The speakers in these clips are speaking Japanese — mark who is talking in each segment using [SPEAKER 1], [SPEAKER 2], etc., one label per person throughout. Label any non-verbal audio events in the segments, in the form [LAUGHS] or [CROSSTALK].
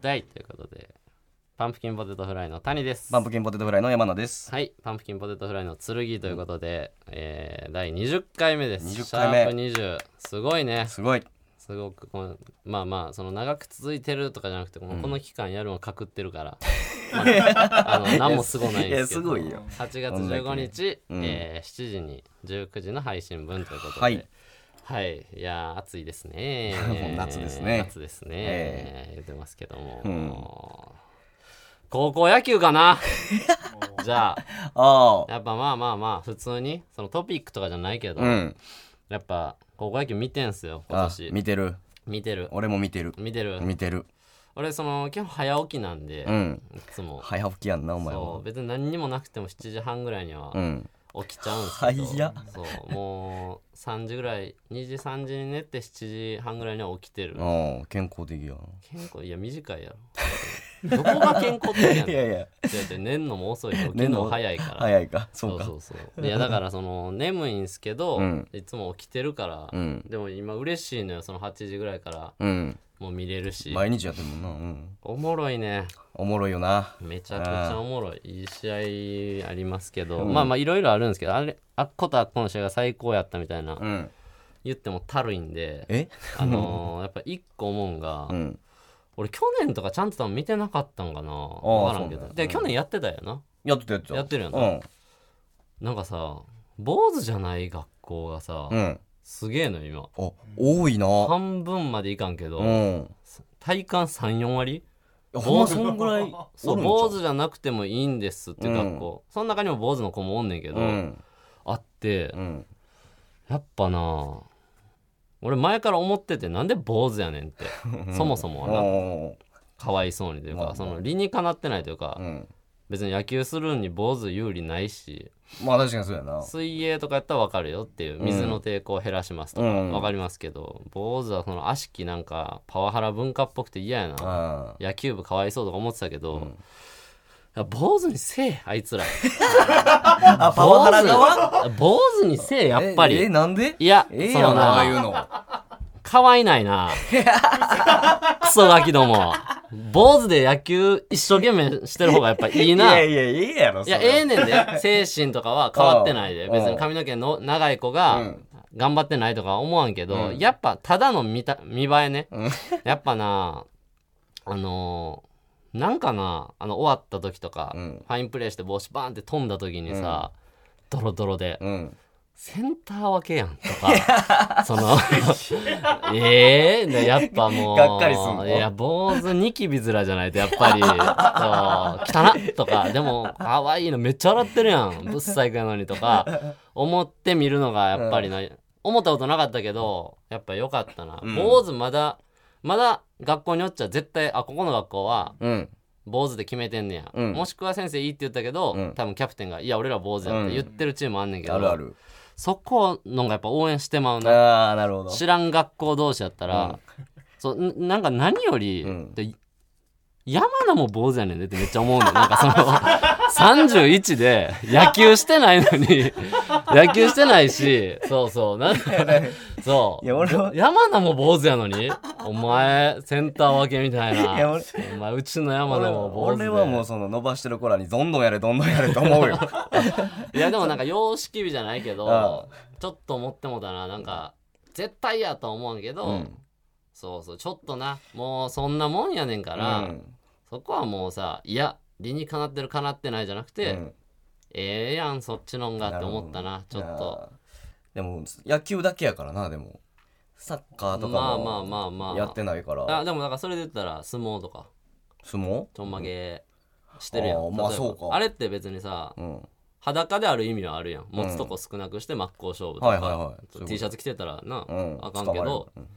[SPEAKER 1] たいということでパンプキンポテトフライの谷です
[SPEAKER 2] バンプキンポテトフライの山名です。
[SPEAKER 1] はいパンプキンポテトフライの剣ということで、えー第20回目です
[SPEAKER 2] 20回目
[SPEAKER 1] シャープ20すごいね
[SPEAKER 2] すごい。
[SPEAKER 1] すごくこのまあまあその長く続いてるとかじゃなくてこの,、この期間やるのかくって
[SPEAKER 2] [LAUGHS]
[SPEAKER 1] るから、まあ、あの何もすごないんですけど
[SPEAKER 2] いやすごいよ
[SPEAKER 1] 8月15日、
[SPEAKER 2] うん
[SPEAKER 1] えー7時に19時の配信分ということでは
[SPEAKER 2] はいい、
[SPEAKER 1] い、やー暑いですね
[SPEAKER 2] [LAUGHS] もう夏ですね
[SPEAKER 1] 夏ですね、
[SPEAKER 2] え
[SPEAKER 1] 言ってますけども、
[SPEAKER 2] うん
[SPEAKER 1] 高校野球かな [LAUGHS] じゃあ
[SPEAKER 2] ああ。
[SPEAKER 1] やっぱまあまあまあ普通にそのトピックとかじゃないけど、
[SPEAKER 2] うん。
[SPEAKER 1] やっぱ高校野球見てんすよ今
[SPEAKER 2] あ
[SPEAKER 1] 年
[SPEAKER 2] 見てる。
[SPEAKER 1] 見てる
[SPEAKER 2] 俺も見てる。
[SPEAKER 1] 見てる
[SPEAKER 2] 見てる。
[SPEAKER 1] 俺その基本早起きなんで、
[SPEAKER 2] う
[SPEAKER 1] い
[SPEAKER 2] ん。
[SPEAKER 1] つも
[SPEAKER 2] 早起きやんな、お前
[SPEAKER 1] そ
[SPEAKER 2] は
[SPEAKER 1] う。別に何にもなくても7時半ぐらいには
[SPEAKER 2] うん。
[SPEAKER 1] 起きちゃうんですけど、
[SPEAKER 2] 早っ
[SPEAKER 1] そうもう3時ぐらい2時3時に寝て7時半ぐらいには起きてる
[SPEAKER 2] ああ、健康的や
[SPEAKER 1] 健康いや短いやろどこが健康的
[SPEAKER 2] な。
[SPEAKER 1] や
[SPEAKER 2] い
[SPEAKER 1] ねん違
[SPEAKER 2] やいや、
[SPEAKER 1] う違う寝んのも遅いし起き
[SPEAKER 2] 寝
[SPEAKER 1] ん
[SPEAKER 2] ん
[SPEAKER 1] の
[SPEAKER 2] の
[SPEAKER 1] も早いから
[SPEAKER 2] 早いか。そ
[SPEAKER 1] そうう
[SPEAKER 2] か
[SPEAKER 1] そ。うそういやだからその眠いんすけど、
[SPEAKER 2] うん
[SPEAKER 1] いつも起きてるから、
[SPEAKER 2] うん。
[SPEAKER 1] でも今嬉しいのよその8時ぐらいから
[SPEAKER 2] うん。
[SPEAKER 1] もう見れるし
[SPEAKER 2] 毎日やってるもんな。うん。
[SPEAKER 1] おもろいね
[SPEAKER 2] おもろいよな。
[SPEAKER 1] めちゃくちゃおもろいいい試合ありますけど、
[SPEAKER 2] うん
[SPEAKER 1] まあまあいろいろあるんですけどあれあっことあっこの試合が最高やったみたいな、
[SPEAKER 2] うん。
[SPEAKER 1] 言ってもたるいんで
[SPEAKER 2] え
[SPEAKER 1] あのーやっぱ一個思うんが、
[SPEAKER 2] うん。
[SPEAKER 1] 俺去年とかちゃんと多分見てなかったんかな
[SPEAKER 2] あ
[SPEAKER 1] 分からんけ
[SPEAKER 2] そう
[SPEAKER 1] ど
[SPEAKER 2] なんや
[SPEAKER 1] で
[SPEAKER 2] うん
[SPEAKER 1] 去年やってたよな
[SPEAKER 2] やってたやってた。
[SPEAKER 1] やってるやん
[SPEAKER 2] う
[SPEAKER 1] な、なんかさ坊主じゃない学校がさ、
[SPEAKER 2] ん。うん。
[SPEAKER 1] すげえの今
[SPEAKER 2] あ、多いな。
[SPEAKER 1] 半分までいかんけど、
[SPEAKER 2] うん。
[SPEAKER 1] 体感34割
[SPEAKER 2] ほんまそんぐらいおるんちゃう。
[SPEAKER 1] そう坊主じゃなくてもいいんですって学校、その中にも坊主の子もおんねんけど、
[SPEAKER 2] うん。
[SPEAKER 1] あって、
[SPEAKER 2] うん。
[SPEAKER 1] やっぱな俺前から思っててなんで坊主やねんって
[SPEAKER 2] [LAUGHS]
[SPEAKER 1] そもそもはな
[SPEAKER 2] お
[SPEAKER 1] かわいそうにという
[SPEAKER 2] まあま
[SPEAKER 1] か
[SPEAKER 2] あ
[SPEAKER 1] その理にかなってないというか
[SPEAKER 2] ーうん。
[SPEAKER 1] 別に野球するに坊主有利ないし
[SPEAKER 2] まあ確かにそうやな。
[SPEAKER 1] 水泳とかやったら分かるよっていう水の抵抗を減らしますとか
[SPEAKER 2] うん
[SPEAKER 1] 分かりますけど坊主はその悪しきなんかパワハラ文化っぽくて嫌やな
[SPEAKER 2] あ
[SPEAKER 1] 野球部かわいそうとか思ってたけど、
[SPEAKER 2] ん
[SPEAKER 1] いや坊主にせえあいつら
[SPEAKER 2] あ、パワハラ側
[SPEAKER 1] 坊主にせえやっぱ
[SPEAKER 2] え、え
[SPEAKER 1] り
[SPEAKER 2] なんで
[SPEAKER 1] いや
[SPEAKER 2] ええ
[SPEAKER 1] そ
[SPEAKER 2] やん
[SPEAKER 1] の
[SPEAKER 2] な、あ
[SPEAKER 1] な
[SPEAKER 2] あいうの。
[SPEAKER 1] かわいな
[SPEAKER 2] [LAUGHS]
[SPEAKER 1] いなクソガキども坊主で野球一生懸命してる方がやっぱいい
[SPEAKER 2] い
[SPEAKER 1] な
[SPEAKER 2] や
[SPEAKER 1] い
[SPEAKER 2] いや、ええやろ、そ
[SPEAKER 1] や
[SPEAKER 2] れ
[SPEAKER 1] ええねんで精神とかは変わってないで
[SPEAKER 2] うん
[SPEAKER 1] 別に髪の毛の長い子が
[SPEAKER 2] うん
[SPEAKER 1] 頑張ってないとか思わんけど、
[SPEAKER 2] うん
[SPEAKER 1] やっぱただの見た見栄えね、
[SPEAKER 2] うん
[SPEAKER 1] やっぱなあのーなんかなあの終わった時とか、
[SPEAKER 2] うん。
[SPEAKER 1] ファインプレーして帽子バーンって飛んだ時にさ、ドロドロで、
[SPEAKER 2] うん。
[SPEAKER 1] センター分けやんとか、
[SPEAKER 2] [LAUGHS]
[SPEAKER 1] その、ええー、やっぱもう、
[SPEAKER 2] がっかりすんの
[SPEAKER 1] いや、坊主ニキビ面じゃないと、やっぱ
[SPEAKER 2] [LAUGHS]
[SPEAKER 1] り、そう、汚っとか、でも、可愛いのめっちゃ洗ってるやん、ぶっさいくやのにとか、思ってみるのが、やっぱりな、思ったことなかったけど、やっぱ良かったな。
[SPEAKER 2] うん
[SPEAKER 1] 坊主まだ、まだ学校によっちゃ絶対、あ、ここの学校は、
[SPEAKER 2] うん。
[SPEAKER 1] 坊主で決めてんねや、
[SPEAKER 2] うん
[SPEAKER 1] もしくは先生いいって言ったけど、
[SPEAKER 2] うん
[SPEAKER 1] 多分キャプテンが「いや俺ら坊主や」って言ってるチームあんねんけど、
[SPEAKER 2] あるある。
[SPEAKER 1] そこのがやっぱ応援してまうな
[SPEAKER 2] ああ、なるほど。 [LAUGHS]
[SPEAKER 1] 知らん学校同士やったら、
[SPEAKER 2] うん
[SPEAKER 1] そうんなんか何より、
[SPEAKER 2] うん
[SPEAKER 1] で山名も坊主やねんでってめっちゃ思うねんなんかその [LAUGHS] 31で野球してないの
[SPEAKER 2] [LAUGHS]
[SPEAKER 1] に野球してないしそうそうなんかそう
[SPEAKER 2] いや俺は
[SPEAKER 1] 山名も坊主やのにお前センター分けみたい
[SPEAKER 2] いや
[SPEAKER 1] な
[SPEAKER 2] 俺
[SPEAKER 1] お前うちの山
[SPEAKER 2] 俺は
[SPEAKER 1] 名も坊主で
[SPEAKER 2] 俺はもうその伸ばしてる子らにどんどんやれどんどんやれと思
[SPEAKER 1] [LAUGHS]
[SPEAKER 2] うよ。
[SPEAKER 1] いやでもなんか様式美じゃないけ
[SPEAKER 2] あ
[SPEAKER 1] どちょっと思ってもだななんか絶対やとは思うんけど、
[SPEAKER 2] うん
[SPEAKER 1] そうそうちょっとなもうそんなもんやねんから、
[SPEAKER 2] うん
[SPEAKER 1] そこはもうさいや理にかなってるかなってないじゃなくて、
[SPEAKER 2] うん
[SPEAKER 1] ええやんそっちのんがって思ったなちょっと。
[SPEAKER 2] いやでも野球だけやからなでもサッカーと
[SPEAKER 1] まあまあ
[SPEAKER 2] か
[SPEAKER 1] まあま
[SPEAKER 2] も
[SPEAKER 1] あ
[SPEAKER 2] やってないから
[SPEAKER 1] あでもなんかそれで言ったら相撲とか
[SPEAKER 2] 相撲
[SPEAKER 1] ちょんまげしてるやん、
[SPEAKER 2] うんあーまあ
[SPEAKER 1] 例えば
[SPEAKER 2] そうか
[SPEAKER 1] あれって別にさ
[SPEAKER 2] うん
[SPEAKER 1] 裸である意味はあるやん持つとこ少なくして真っ向勝負とか、
[SPEAKER 2] はいはいはいそういうこと
[SPEAKER 1] T シャツ着てたらな、
[SPEAKER 2] うん
[SPEAKER 1] あかんけ
[SPEAKER 2] 捕ま
[SPEAKER 1] ど
[SPEAKER 2] れる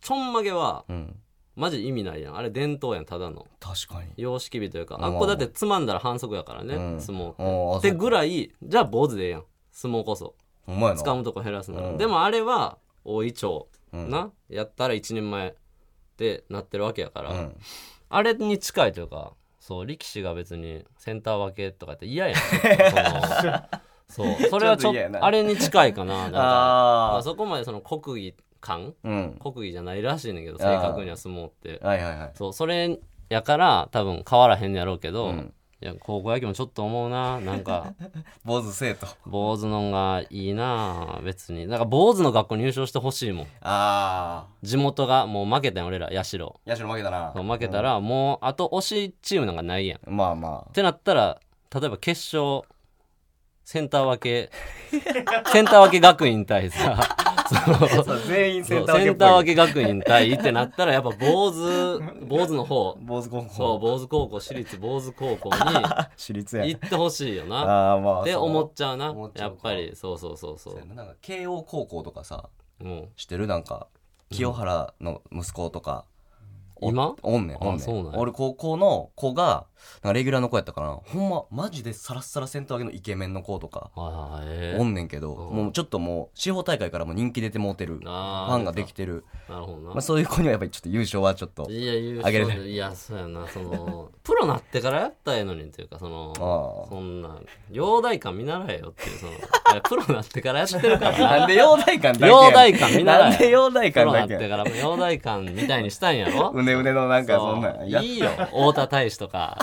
[SPEAKER 1] ちょんまげは
[SPEAKER 2] うんうん
[SPEAKER 1] マジ意味ないやんあれ伝統やんただの
[SPEAKER 2] 確かに
[SPEAKER 1] 様式美というか
[SPEAKER 2] うん
[SPEAKER 1] あっこだってつまんだら反則やからね、
[SPEAKER 2] うん
[SPEAKER 1] 相撲って
[SPEAKER 2] あーあ
[SPEAKER 1] って
[SPEAKER 2] そう
[SPEAKER 1] ぐらいじゃあ坊主でええやん相撲こそ
[SPEAKER 2] ほんまやな
[SPEAKER 1] 掴むとこ減らすなら、
[SPEAKER 2] うん
[SPEAKER 1] でもあれは大い町、
[SPEAKER 2] うん
[SPEAKER 1] なやったら一人前ってなってるわけやから、
[SPEAKER 2] うん
[SPEAKER 1] あれに近いというかそう力士が別にセンター分けとかっ
[SPEAKER 2] [LAUGHS]
[SPEAKER 1] て嫌やんそのそうそれはちょ
[SPEAKER 2] ちょっと
[SPEAKER 1] っ
[SPEAKER 2] 嫌や
[SPEAKER 1] と
[SPEAKER 2] な
[SPEAKER 1] あれに近いかななんかま
[SPEAKER 2] あ
[SPEAKER 1] あそこまでその国技感
[SPEAKER 2] あうん
[SPEAKER 1] 国技じゃないらしいねんだけど正確には相撲って
[SPEAKER 2] はいはいはい
[SPEAKER 1] そうそれやから多分変わらへんやろうけど、
[SPEAKER 2] うん
[SPEAKER 1] いや高校野球もちょっと思うななんか
[SPEAKER 2] 坊主生徒
[SPEAKER 1] 坊主のんがいいな別になんか坊主の学校入賞してほしいもん
[SPEAKER 2] あ
[SPEAKER 1] 地元がもう負けたん俺ら社そ
[SPEAKER 2] あ社負けたな
[SPEAKER 1] う負けたらもうあと推しチームなんかないやんっ
[SPEAKER 2] うんまあま
[SPEAKER 1] てなったら例えば決勝センタ
[SPEAKER 2] [LAUGHS]
[SPEAKER 1] ー分けセンター分け学院対さ [LAUGHS]
[SPEAKER 2] あそう全員セ
[SPEAKER 1] セ
[SPEAKER 2] ン
[SPEAKER 1] ン
[SPEAKER 2] タ
[SPEAKER 1] タ
[SPEAKER 2] ー分けっ
[SPEAKER 1] ー
[SPEAKER 2] ぽ
[SPEAKER 1] 分
[SPEAKER 2] い
[SPEAKER 1] け学院対ってなったらやっぱ
[SPEAKER 2] [LAUGHS]
[SPEAKER 1] 坊主坊主の方
[SPEAKER 2] 坊主高
[SPEAKER 1] そ
[SPEAKER 2] 校
[SPEAKER 1] う坊主高校私立坊主
[SPEAKER 2] [LAUGHS]
[SPEAKER 1] 高校
[SPEAKER 2] 私立や
[SPEAKER 1] に行ってほしいよな
[SPEAKER 2] ああまあ
[SPEAKER 1] って思っちゃうな
[SPEAKER 2] 思っちゃ
[SPEAKER 1] や
[SPEAKER 2] うか
[SPEAKER 1] っぱりそうそうそうそ
[SPEAKER 2] そうや
[SPEAKER 1] う
[SPEAKER 2] ななんか慶応高校とかさ
[SPEAKER 1] もう
[SPEAKER 2] 知ってるなんか清原の息子とか、お
[SPEAKER 1] 今
[SPEAKER 2] おんねん
[SPEAKER 1] あ
[SPEAKER 2] おんね
[SPEAKER 1] そうんなんや
[SPEAKER 2] 俺高校の子がなんかレギュラーの子やったかなほんまマジでサラッサラセンター分けのイケメンの子とか
[SPEAKER 1] はいはいえ
[SPEAKER 2] おんねんけど、
[SPEAKER 1] うん
[SPEAKER 2] もうちょっともう司法大会からも人気出てもうてるフ
[SPEAKER 1] あー
[SPEAKER 2] ァンができてる、
[SPEAKER 1] なるほどな
[SPEAKER 2] まあ、そういう子にはやっぱりちょっと優勝はちょっと
[SPEAKER 1] いや、優
[SPEAKER 2] あげ
[SPEAKER 1] 勝
[SPEAKER 2] れない
[SPEAKER 1] いや、そうやな、その、 [LAUGHS] プロなってからやったらええのにっていうか、その、
[SPEAKER 2] ああ
[SPEAKER 1] そんな、容体感見習えよっていう、その、 [LAUGHS] あれプロなってからやってるからな。
[SPEAKER 2] なんで [LAUGHS] 容体感だけや
[SPEAKER 1] 容体感見習え。
[SPEAKER 2] なんで容体
[SPEAKER 1] プ
[SPEAKER 2] 感
[SPEAKER 1] ロな
[SPEAKER 2] だ
[SPEAKER 1] っ
[SPEAKER 2] け
[SPEAKER 1] て
[SPEAKER 2] や
[SPEAKER 1] からも容体感みたいにしたんやろ
[SPEAKER 2] うねうねのなんかそんな
[SPEAKER 1] そ
[SPEAKER 2] ん
[SPEAKER 1] う
[SPEAKER 2] やっ
[SPEAKER 1] いいよ、太田大使とか、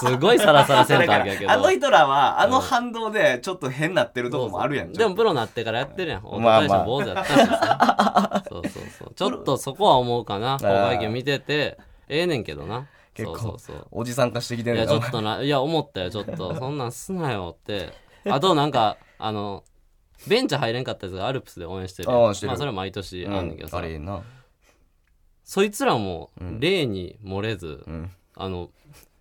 [SPEAKER 1] すごいサラサラセンターやけ
[SPEAKER 2] [LAUGHS]
[SPEAKER 1] ど。
[SPEAKER 2] あの人らはあの反動でちょっと変なってるとこもあるやん
[SPEAKER 1] でもプロなってからやってるやん。太田
[SPEAKER 2] まあ
[SPEAKER 1] 大
[SPEAKER 2] まあ
[SPEAKER 1] 使の坊主やったしさ。そうそうそう。ちょっとそこは思うかな。公開見見てて、ええねんけどな。
[SPEAKER 2] 結構
[SPEAKER 1] そうそうそう。
[SPEAKER 2] おじさん化してきて
[SPEAKER 1] い
[SPEAKER 2] る
[SPEAKER 1] や
[SPEAKER 2] や
[SPEAKER 1] ちょっとないや思ったよちょっ
[SPEAKER 2] [LAUGHS]
[SPEAKER 1] とそんなんすなよってあとなんかあのベンチ入れんかったやつがアルプスで応援してるやん
[SPEAKER 2] ああしてる
[SPEAKER 1] まあ、それは毎年あんねんけどさ、
[SPEAKER 2] あれな
[SPEAKER 1] そいつらも例に漏れず、
[SPEAKER 2] うん
[SPEAKER 1] あの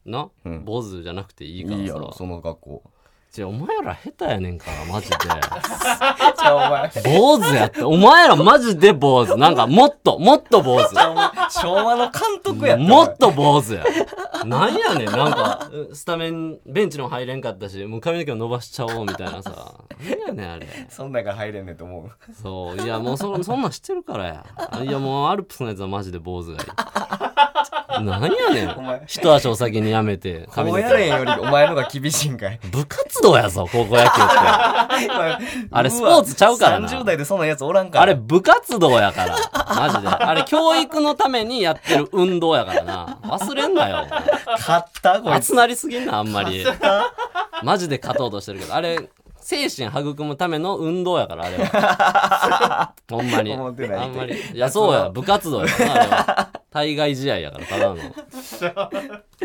[SPEAKER 1] な、
[SPEAKER 2] うん
[SPEAKER 1] 坊主じゃなくていいから
[SPEAKER 2] い
[SPEAKER 1] さ
[SPEAKER 2] いやろその学校 [LAUGHS]
[SPEAKER 1] 違うお前ら下手やねんからマジで
[SPEAKER 2] じゃあお前
[SPEAKER 1] 坊主やってお前らマジで坊主なんかもっともっと坊主
[SPEAKER 2] 昭和の監督やった
[SPEAKER 1] もっと坊主や。なんやねん、なんか、スタメン、ベンチにも入れんかったし、もう髪の毛を伸ばしちゃおうみたいなさ。なんやねん、あれ。
[SPEAKER 2] そんなんが入れんねんと思う
[SPEAKER 1] そう、いや、もうそそんなんしてるからや。いや、もうアルプスのやつはマジで坊主がいい。なんやね
[SPEAKER 2] お
[SPEAKER 1] ん
[SPEAKER 2] 前。
[SPEAKER 1] 一足お先にやめて、髪
[SPEAKER 2] こ
[SPEAKER 1] の
[SPEAKER 2] う
[SPEAKER 1] 毛
[SPEAKER 2] やれんよりお前のが厳しいんかい
[SPEAKER 1] 部活動やぞ、高校野球って。 [LAUGHS] あれスポーツちゃうからな
[SPEAKER 2] 30代でそんなやつおらんから
[SPEAKER 1] あれ部活動やから。マジで。あれ教育のためにやってる運動やからな。忘れんなよ。
[SPEAKER 2] 勝ったこいつ
[SPEAKER 1] 熱なりすぎんなあんまりマジで勝とうとしてるけどあれ精神育むための運動やからあれは
[SPEAKER 2] [LAUGHS]
[SPEAKER 1] ほんまにあ
[SPEAKER 2] 思ってない
[SPEAKER 1] んまりいやそうや部活動やからなあ
[SPEAKER 2] [LAUGHS]
[SPEAKER 1] れは対外試合やからただの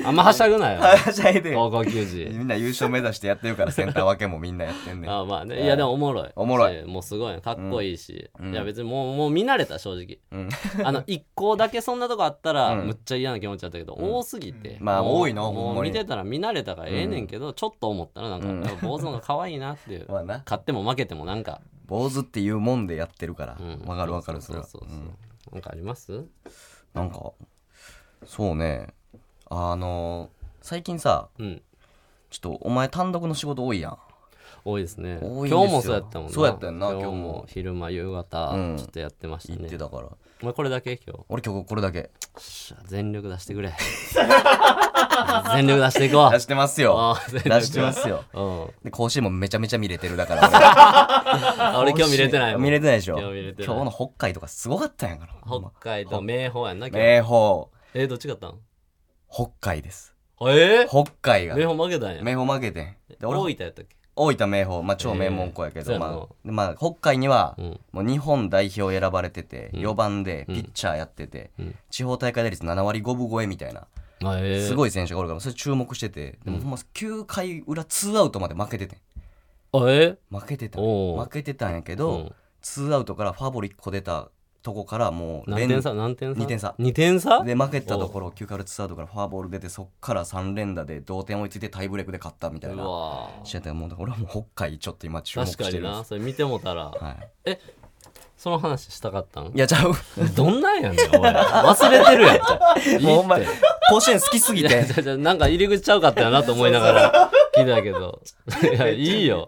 [SPEAKER 1] あんまはしゃぐなよ
[SPEAKER 2] はしゃいで
[SPEAKER 1] 高校球児
[SPEAKER 2] みんな優勝目指してやってるからセンター分けもみんなやってんねん
[SPEAKER 1] [LAUGHS] あまあねいやでもおもろい
[SPEAKER 2] おもろい
[SPEAKER 1] しもうすごいかっこいいし、
[SPEAKER 2] ん
[SPEAKER 1] いや別にもうもう見慣れた正直、
[SPEAKER 2] ん
[SPEAKER 1] あの一校だけそんなとこあったら、
[SPEAKER 2] うん
[SPEAKER 1] むっちゃ嫌な気持ちだったけど、多すぎて、
[SPEAKER 2] まあ
[SPEAKER 1] もう
[SPEAKER 2] 多いなほん
[SPEAKER 1] も
[SPEAKER 2] ま
[SPEAKER 1] う
[SPEAKER 2] に
[SPEAKER 1] 見てたら見慣れたからええねんけど、ちょっと思ったらなんか、
[SPEAKER 2] うん
[SPEAKER 1] やっぱ坊主の方が可愛いなって
[SPEAKER 2] [LAUGHS]
[SPEAKER 1] いう
[SPEAKER 2] まあな
[SPEAKER 1] 勝っても負けてもなんか、
[SPEAKER 2] 坊主っていうもんでやってるから
[SPEAKER 1] うん
[SPEAKER 2] わかるわかるそれは
[SPEAKER 1] ううそうなんかあります
[SPEAKER 2] なんかそうねあの最近さ
[SPEAKER 1] うん
[SPEAKER 2] ちょっとお前単独の仕事多いやん
[SPEAKER 1] 多いですね
[SPEAKER 2] 多いんですよ
[SPEAKER 1] 今日もそうやったもんな
[SPEAKER 2] そうやったよな今日も
[SPEAKER 1] 昼間夕方、
[SPEAKER 2] うん
[SPEAKER 1] ちょっとやってました
[SPEAKER 2] 言って
[SPEAKER 1] ね
[SPEAKER 2] たから
[SPEAKER 1] お前これだけ今日
[SPEAKER 2] 俺今日これだけ
[SPEAKER 1] しゃ全力出してくれ全力出していこ
[SPEAKER 2] 出
[SPEAKER 1] う
[SPEAKER 2] してますよ
[SPEAKER 1] あー
[SPEAKER 2] 出してます
[SPEAKER 1] [LAUGHS]
[SPEAKER 2] よ
[SPEAKER 1] うん
[SPEAKER 2] で甲子園もめちゃめちゃ見れてるだから
[SPEAKER 1] あ [LAUGHS] 俺今日見れてないもん
[SPEAKER 2] 見れてないでしょ
[SPEAKER 1] 今日見れてない
[SPEAKER 2] 今日の北海とかすごかったんやからほん
[SPEAKER 1] 北
[SPEAKER 2] ま
[SPEAKER 1] 海道明豊やんな今日
[SPEAKER 2] 明豊
[SPEAKER 1] えーどっち勝ったん
[SPEAKER 2] 北海です
[SPEAKER 1] あえ
[SPEAKER 2] 北海
[SPEAKER 1] ー
[SPEAKER 2] が
[SPEAKER 1] 明豊負けたんや
[SPEAKER 2] 明豊負けてんで
[SPEAKER 1] 大
[SPEAKER 2] 俺
[SPEAKER 1] 分やったっけ
[SPEAKER 2] 大分明豊まあ超名門校やけ
[SPEAKER 1] え
[SPEAKER 2] ど
[SPEAKER 1] え
[SPEAKER 2] ま
[SPEAKER 1] そうや
[SPEAKER 2] あ
[SPEAKER 1] な
[SPEAKER 2] でまあ北海には
[SPEAKER 1] うん
[SPEAKER 2] もう日本代表選ばれてて
[SPEAKER 1] うん
[SPEAKER 2] 4番でピッチャーやってて
[SPEAKER 1] うん
[SPEAKER 2] 地方大会打率7割5分超えみたいな
[SPEAKER 1] あえー
[SPEAKER 2] すごい選手がおるからそれ注目しててでもほんま9回裏2アウトまで負けててん
[SPEAKER 1] あえ
[SPEAKER 2] 負けてた
[SPEAKER 1] おう
[SPEAKER 2] 負けてたんやけ
[SPEAKER 1] ーう
[SPEAKER 2] ど
[SPEAKER 1] ん
[SPEAKER 2] 2アウトからファボリ1個出たとこからもう
[SPEAKER 1] 何点差何点差
[SPEAKER 2] 二点差
[SPEAKER 1] 2点差
[SPEAKER 2] で負けたところ9回裏2アウトからフォアボール出てそっから3連打で同点追いついてタイブレークで勝ったみたいうな
[SPEAKER 1] わー
[SPEAKER 2] 試合だったからもう俺はもう北海ちょっと今注目し
[SPEAKER 1] 確か
[SPEAKER 2] てる
[SPEAKER 1] に
[SPEAKER 2] んで
[SPEAKER 1] な
[SPEAKER 2] す
[SPEAKER 1] それ見てもたら
[SPEAKER 2] はい
[SPEAKER 1] その話したかったん
[SPEAKER 2] いやちゃう
[SPEAKER 1] どんなんやねんおい忘れてるやんいいって
[SPEAKER 2] もうお前甲子園好きすぎ
[SPEAKER 1] いや
[SPEAKER 2] て
[SPEAKER 1] じゃじゃなんか入り口ちゃうかったよなと思いながら聞いたけ
[SPEAKER 2] [LAUGHS]
[SPEAKER 1] どいやいいよ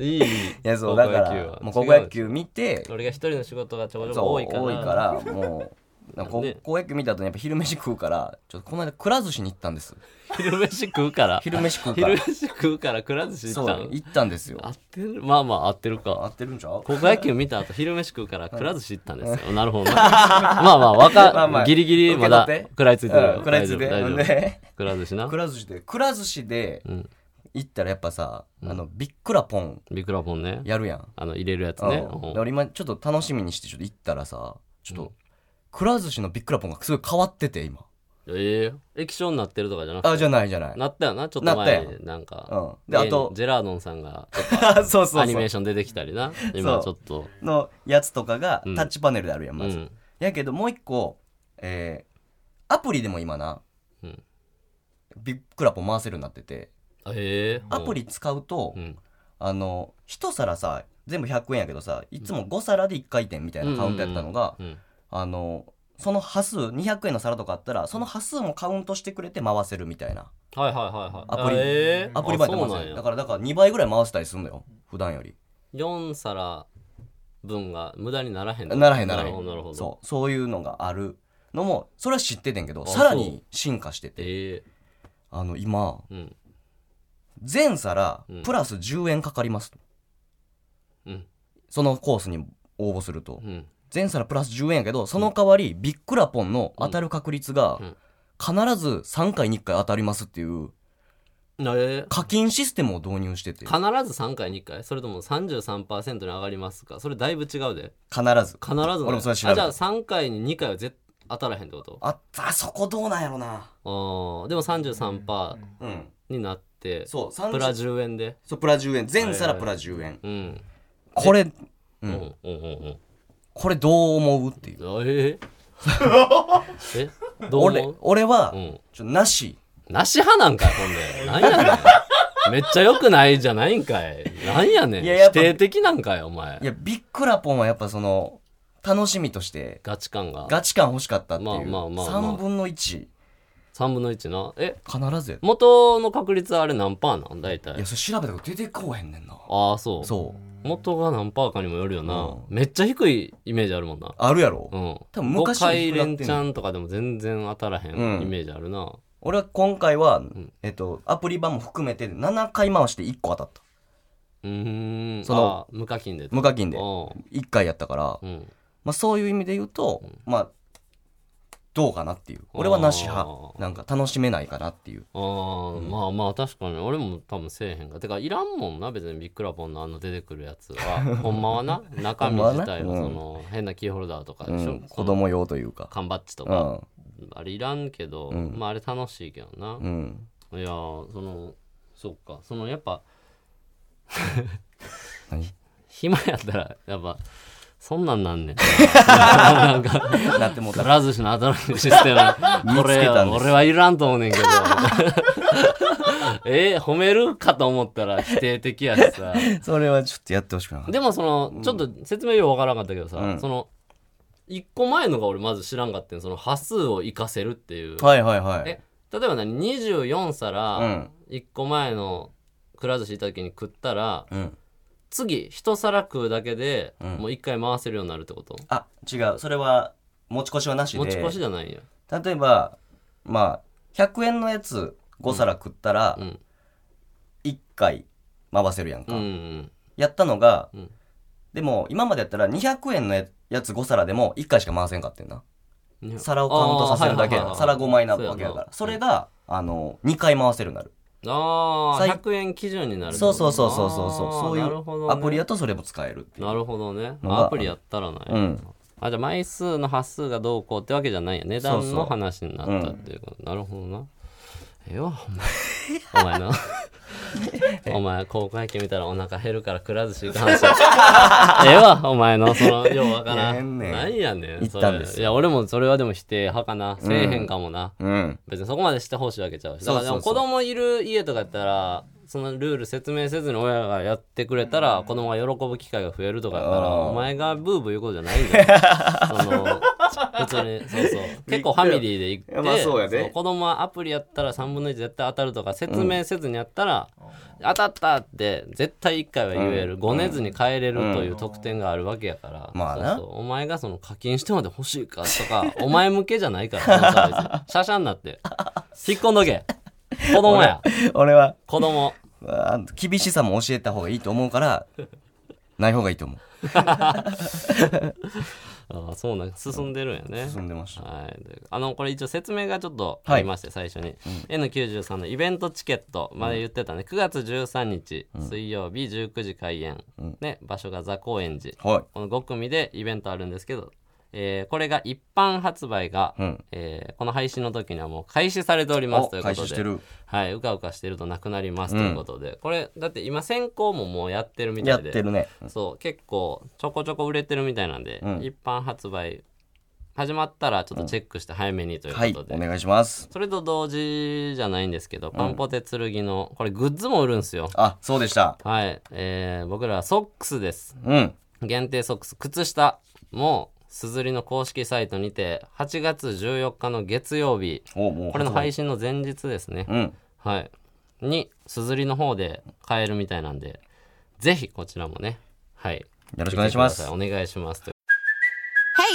[SPEAKER 1] いい
[SPEAKER 2] いやそうだか
[SPEAKER 1] 高校野球
[SPEAKER 2] ら
[SPEAKER 1] は
[SPEAKER 2] もう高校野球見て
[SPEAKER 1] 俺が一人の仕事がちょこちょ
[SPEAKER 2] そう
[SPEAKER 1] こ
[SPEAKER 2] 多
[SPEAKER 1] 多
[SPEAKER 2] い
[SPEAKER 1] い
[SPEAKER 2] か
[SPEAKER 1] から
[SPEAKER 2] らもうなんかこ
[SPEAKER 1] で
[SPEAKER 2] 高校野球見た後にやっぱ昼飯食うからちょっとこの間くら寿司に行ったんです
[SPEAKER 1] 昼飯食うから
[SPEAKER 2] 昼飯食うから
[SPEAKER 1] [LAUGHS] 昼飯食うからくら寿司行
[SPEAKER 2] そ
[SPEAKER 1] った
[SPEAKER 2] う
[SPEAKER 1] の
[SPEAKER 2] 行ったんですよ
[SPEAKER 1] 合ってるまあまあ合ってるか
[SPEAKER 2] 合ってるんちゃう
[SPEAKER 1] 高校野球見た後昼飯食うからくら寿司行ったんですよ。なるほどな。まあまあ、わか、
[SPEAKER 2] [LAUGHS] まあまあ
[SPEAKER 1] ギリギリまだ
[SPEAKER 2] 受け取って
[SPEAKER 1] 食らいついてるよ。
[SPEAKER 2] くらいつで
[SPEAKER 1] 大丈夫大丈
[SPEAKER 2] で
[SPEAKER 1] 夫。くら寿司な
[SPEAKER 2] く。ら寿司でくら寿司で
[SPEAKER 1] うん。
[SPEAKER 2] 行ったらやっぱさあのビックラポン
[SPEAKER 1] ビクラポンね。
[SPEAKER 2] やるやん
[SPEAKER 1] あの、入れるやつ
[SPEAKER 2] うん
[SPEAKER 1] ね。
[SPEAKER 2] だから今ちょっと楽しみにしてちょっと行ったらさちょっとくら寿司のビックラポンがすごい変わってて今
[SPEAKER 1] ええ。液晶になってるとかじゃなく
[SPEAKER 2] あじゃないじゃない
[SPEAKER 1] て。なったよな、ちょっと
[SPEAKER 2] なった
[SPEAKER 1] 前
[SPEAKER 2] や
[SPEAKER 1] に。なんか。
[SPEAKER 2] うんであと
[SPEAKER 1] 芸人ジェラードンさんが
[SPEAKER 2] [LAUGHS] そうそ
[SPEAKER 1] ア
[SPEAKER 2] う
[SPEAKER 1] ニ
[SPEAKER 2] そ
[SPEAKER 1] メー
[SPEAKER 2] う
[SPEAKER 1] ション出てきたりな。今ちょっと。
[SPEAKER 2] のやつとかが
[SPEAKER 1] うん
[SPEAKER 2] タッチパネルであるやん
[SPEAKER 1] う
[SPEAKER 2] まず
[SPEAKER 1] ん。
[SPEAKER 2] やけどもう一個えーアプリでも今な
[SPEAKER 1] うん
[SPEAKER 2] ビックラポン回せるようになってて
[SPEAKER 1] ええ。
[SPEAKER 2] アプリ使うと
[SPEAKER 1] うん。
[SPEAKER 2] あの一皿さ全部100円やけどさいつも5皿で1回転みたいなカウントやったのが
[SPEAKER 1] うん。
[SPEAKER 2] あのその端数200円の皿とかあったらその端数もカウントしてくれて回せるみたいな
[SPEAKER 1] はいはいはいはい。
[SPEAKER 2] アプリ
[SPEAKER 1] ええ
[SPEAKER 2] アプリ
[SPEAKER 1] あ
[SPEAKER 2] 版で
[SPEAKER 1] そう
[SPEAKER 2] 回
[SPEAKER 1] な
[SPEAKER 2] せ
[SPEAKER 1] ん
[SPEAKER 2] る
[SPEAKER 1] や
[SPEAKER 2] だからだから2倍ぐらい回せたりするのよ普段より
[SPEAKER 1] 4皿分が無駄にならへん
[SPEAKER 2] ならへんならへ
[SPEAKER 1] るほどなるほ
[SPEAKER 2] ん
[SPEAKER 1] ど
[SPEAKER 2] そうそういうのがあるのもそれは知っててんけど
[SPEAKER 1] あ
[SPEAKER 2] さらに進化してて
[SPEAKER 1] え
[SPEAKER 2] あの今
[SPEAKER 1] えうん
[SPEAKER 2] 全皿
[SPEAKER 1] うん
[SPEAKER 2] プラス10円かかりますと
[SPEAKER 1] うん
[SPEAKER 2] そのコースに応募すると
[SPEAKER 1] うん
[SPEAKER 2] 全皿プラス10円やけどその代わりビックラポンの当たる確率が
[SPEAKER 1] うん
[SPEAKER 2] 必ず3回に1回当たりますっていう
[SPEAKER 1] え
[SPEAKER 2] 課金システムを導入してて
[SPEAKER 1] 必ず3回に1回それとも33%に上がりますかそれだいぶ違うで
[SPEAKER 2] 必ず
[SPEAKER 1] 必ずなの
[SPEAKER 2] 俺もそれ調べ
[SPEAKER 1] あじ
[SPEAKER 2] た
[SPEAKER 1] ゃあ3回に2回は絶当たらへんってこと
[SPEAKER 2] あったそこどうなんやろな
[SPEAKER 1] あーでも33%
[SPEAKER 2] うん
[SPEAKER 1] になって
[SPEAKER 2] そう
[SPEAKER 1] プラ
[SPEAKER 2] 30
[SPEAKER 1] 10円で
[SPEAKER 2] そうプラ10円全皿プラ10円
[SPEAKER 1] うん
[SPEAKER 2] これ
[SPEAKER 1] う
[SPEAKER 2] うんん
[SPEAKER 1] うんうん
[SPEAKER 2] これどう思うっていう [LAUGHS]
[SPEAKER 1] うんえええどう
[SPEAKER 2] 俺
[SPEAKER 1] 思う
[SPEAKER 2] 俺は
[SPEAKER 1] うん
[SPEAKER 2] ちょなし
[SPEAKER 1] なし派なんかい、ほんで。なんやねん。めっちゃ良くないじゃないんかい。なんやねん。
[SPEAKER 2] いややっ
[SPEAKER 1] 否
[SPEAKER 2] ぱ
[SPEAKER 1] 定的なんかい、お前
[SPEAKER 2] い。やビックラポンはやっぱその楽しみとして
[SPEAKER 1] ガチ感が。
[SPEAKER 2] ガチ感欲しかったっていう
[SPEAKER 1] まあまあまあまあ
[SPEAKER 2] 3分の1必
[SPEAKER 1] 3分の1な。え、
[SPEAKER 2] ずや
[SPEAKER 1] 元の確率はあれ何パーなん大
[SPEAKER 2] いや
[SPEAKER 1] 体。
[SPEAKER 2] それ調べたら出てこうへんねんな
[SPEAKER 1] ああ、そう。
[SPEAKER 2] そう
[SPEAKER 1] 元が何パーかにもよるよな
[SPEAKER 2] うん。
[SPEAKER 1] めっちゃ低いイメージあるもんな。
[SPEAKER 2] あるやろ
[SPEAKER 1] うん。
[SPEAKER 2] 多分昔
[SPEAKER 1] 5
[SPEAKER 2] より
[SPEAKER 1] 回
[SPEAKER 2] 低くなって
[SPEAKER 1] 連
[SPEAKER 2] んねん
[SPEAKER 1] チャンとかでも全然当たらへ
[SPEAKER 2] うん
[SPEAKER 1] んイメージあるな。
[SPEAKER 2] 俺は今回はえっとアプリ版も含めて7回回して1個当たった
[SPEAKER 1] うーん。
[SPEAKER 2] その
[SPEAKER 1] あー無課金で。
[SPEAKER 2] 無課金で
[SPEAKER 1] う
[SPEAKER 2] 1回やったから
[SPEAKER 1] ん。うん。
[SPEAKER 2] まあ、そういう意味で言うと、まあどうかなっていう俺はなし
[SPEAKER 1] あー
[SPEAKER 2] 派なんか楽しめないかなっていう
[SPEAKER 1] あーまあまあ確かに俺も多分せえへんがてかいらんもんな別にビックラポンのあの出てくるやつは [LAUGHS] ほんまはな中
[SPEAKER 2] ほ
[SPEAKER 1] 身
[SPEAKER 2] んまはな
[SPEAKER 1] 自体は
[SPEAKER 2] うん
[SPEAKER 1] その変なキーホルダーとか
[SPEAKER 2] う
[SPEAKER 1] でしょ、
[SPEAKER 2] ん、子供用というか
[SPEAKER 1] 缶バッジと
[SPEAKER 2] う
[SPEAKER 1] か、
[SPEAKER 2] ん
[SPEAKER 1] あれいらんけど、まああれ楽しいけど
[SPEAKER 2] う
[SPEAKER 1] な、
[SPEAKER 2] ん
[SPEAKER 1] いやーそのそっかそのやっぱ
[SPEAKER 2] 何
[SPEAKER 1] [LAUGHS] 暇やったらやっぱそんなんなんねんなんか
[SPEAKER 2] なってもう
[SPEAKER 1] く [LAUGHS]
[SPEAKER 2] た
[SPEAKER 1] ら寿司の新しいシステム
[SPEAKER 2] [LAUGHS] 見
[SPEAKER 1] こ
[SPEAKER 2] つけ
[SPEAKER 1] れ
[SPEAKER 2] たんです
[SPEAKER 1] 俺はいらんと思うねんけど [LAUGHS] えー褒めるかと思ったら否定的やしさ
[SPEAKER 2] それはちょっとやってほしくなかった
[SPEAKER 1] でもそのちょっと説明ようわからんかったけどさ、
[SPEAKER 2] うん
[SPEAKER 1] その1個前のが俺まず知らんかったんその端数を生かせるっていう、
[SPEAKER 2] はいはいはい
[SPEAKER 1] え例えば何24
[SPEAKER 2] う
[SPEAKER 1] 皿
[SPEAKER 2] ん
[SPEAKER 1] 1個前のくら寿司行った時に食ったら
[SPEAKER 2] うん
[SPEAKER 1] 次1皿食うだけでもう1回回せるようになるってこと、
[SPEAKER 2] あ違うそれは持ち越しはなしで
[SPEAKER 1] 持ち越しじゃないんや
[SPEAKER 2] 例えばまあ100円のやつ5皿食ったら
[SPEAKER 1] うん
[SPEAKER 2] 1回回せるやん
[SPEAKER 1] う
[SPEAKER 2] か、
[SPEAKER 1] んうん
[SPEAKER 2] やったのが、
[SPEAKER 1] うん
[SPEAKER 2] でも今までやったら200円のややつ5皿でも1回しか回せんかってんな皿をカウントさせるだけや
[SPEAKER 1] あ
[SPEAKER 2] な
[SPEAKER 1] ー
[SPEAKER 2] 皿5枚なわけだ
[SPEAKER 1] そう
[SPEAKER 2] か
[SPEAKER 1] や
[SPEAKER 2] らそれがあの2回回せるようになる
[SPEAKER 1] ああ
[SPEAKER 2] 最
[SPEAKER 1] 100円基準になるって
[SPEAKER 2] そ
[SPEAKER 1] こ
[SPEAKER 2] う
[SPEAKER 1] と
[SPEAKER 2] そうそうそうそうそうそうい
[SPEAKER 1] あーなるほど
[SPEAKER 2] う
[SPEAKER 1] ね
[SPEAKER 2] アプリだとそれも使えるっていう
[SPEAKER 1] なるほどね
[SPEAKER 2] のが
[SPEAKER 1] アプリやったらない、
[SPEAKER 2] うん
[SPEAKER 1] あじゃあ枚数の端数がどうこうってわけじゃないや値段
[SPEAKER 2] そうそ
[SPEAKER 1] の
[SPEAKER 2] う
[SPEAKER 1] 話になったっていうことなるほどなえ
[SPEAKER 2] [LAUGHS]
[SPEAKER 1] えわお前お前なお前高校野球見たらお腹減るからくら寿司行かんし [LAUGHS] ええわお前のそのようわから
[SPEAKER 2] ええ
[SPEAKER 1] ん
[SPEAKER 2] ねん
[SPEAKER 1] なんやねんそ
[SPEAKER 2] 言
[SPEAKER 1] れ
[SPEAKER 2] ったんですよ
[SPEAKER 1] いや俺もそれはでも否定派かなせえへんかもな、
[SPEAKER 2] うん
[SPEAKER 1] 別にそこまでしてほしいわけちゃうしだからでも
[SPEAKER 2] そ
[SPEAKER 1] 子
[SPEAKER 2] うそうそう
[SPEAKER 1] 供いる家とかやったらそのルール説明せずに親がやってくれたら子供が喜ぶ機会が増えるとかやったら
[SPEAKER 2] あー [LAUGHS]
[SPEAKER 1] お前がブーブー言うことじゃないんだよその普通にそうそう結構ファミリーで行って、
[SPEAKER 2] いやまあそうやで
[SPEAKER 1] 子供はアプリやったら3分の1絶対当たるとか説明せずにやったら、当たったって絶対1回は言える、
[SPEAKER 2] うん
[SPEAKER 1] ごねずに帰れるという特典があるわけやから、
[SPEAKER 2] まあな
[SPEAKER 1] そうそうお前がその課金してまで欲しいかとか [LAUGHS] お前向けじゃないからそのサー
[SPEAKER 2] [LAUGHS]
[SPEAKER 1] ビスシャシャになって引っ込んどけ子供や
[SPEAKER 2] [LAUGHS] 俺は、
[SPEAKER 1] 子供
[SPEAKER 2] あー厳しさも教えた方がいいと思うから、 [LAUGHS] ない方がいいと思う。
[SPEAKER 1] ああそうなん進んでるんやね、
[SPEAKER 2] 進んでました。
[SPEAKER 1] はい、であのこれ一応説明がちょっとありまして、最初に、N93 のイベントチケットまで言ってたね9月13日、水曜日19時開演、で場所が座高円寺
[SPEAKER 2] はい。
[SPEAKER 1] この5組でイベントあるんですけど、えーこれが一般発売が、
[SPEAKER 2] うん
[SPEAKER 1] えーこの配信の時にはもう開始されております
[SPEAKER 2] お
[SPEAKER 1] というこ
[SPEAKER 2] 開
[SPEAKER 1] とで
[SPEAKER 2] 始してる。
[SPEAKER 1] はい、うかうかしてるとなくなりますということで、これだって今先行ももうやってるみた
[SPEAKER 2] や
[SPEAKER 1] い
[SPEAKER 2] っ
[SPEAKER 1] で
[SPEAKER 2] てるね。
[SPEAKER 1] そう結構ちょこちょこ売れてるみたいなんで、
[SPEAKER 2] うん
[SPEAKER 1] 一般発売始まったらちょっとチェックして早めにというこ
[SPEAKER 2] はい、
[SPEAKER 1] とで、
[SPEAKER 2] お願いします。
[SPEAKER 1] それと同時じゃないんですけど、パンポテ剣のこれグッズも売るんですよ
[SPEAKER 2] あ、そうでした。
[SPEAKER 1] はい、えー、僕らはソックスです
[SPEAKER 2] うん。
[SPEAKER 1] 限定ソックス靴下もすずりの公式サイトにて8月14日の月曜日
[SPEAKER 2] おもう。
[SPEAKER 1] これの配信の前日ですね、
[SPEAKER 2] うん。
[SPEAKER 1] はいにすずりの方で買えるみたいなんでぜひこちらもねはい
[SPEAKER 2] よろしくお願いします
[SPEAKER 1] 見てくださいお願いしますと
[SPEAKER 3] Hey,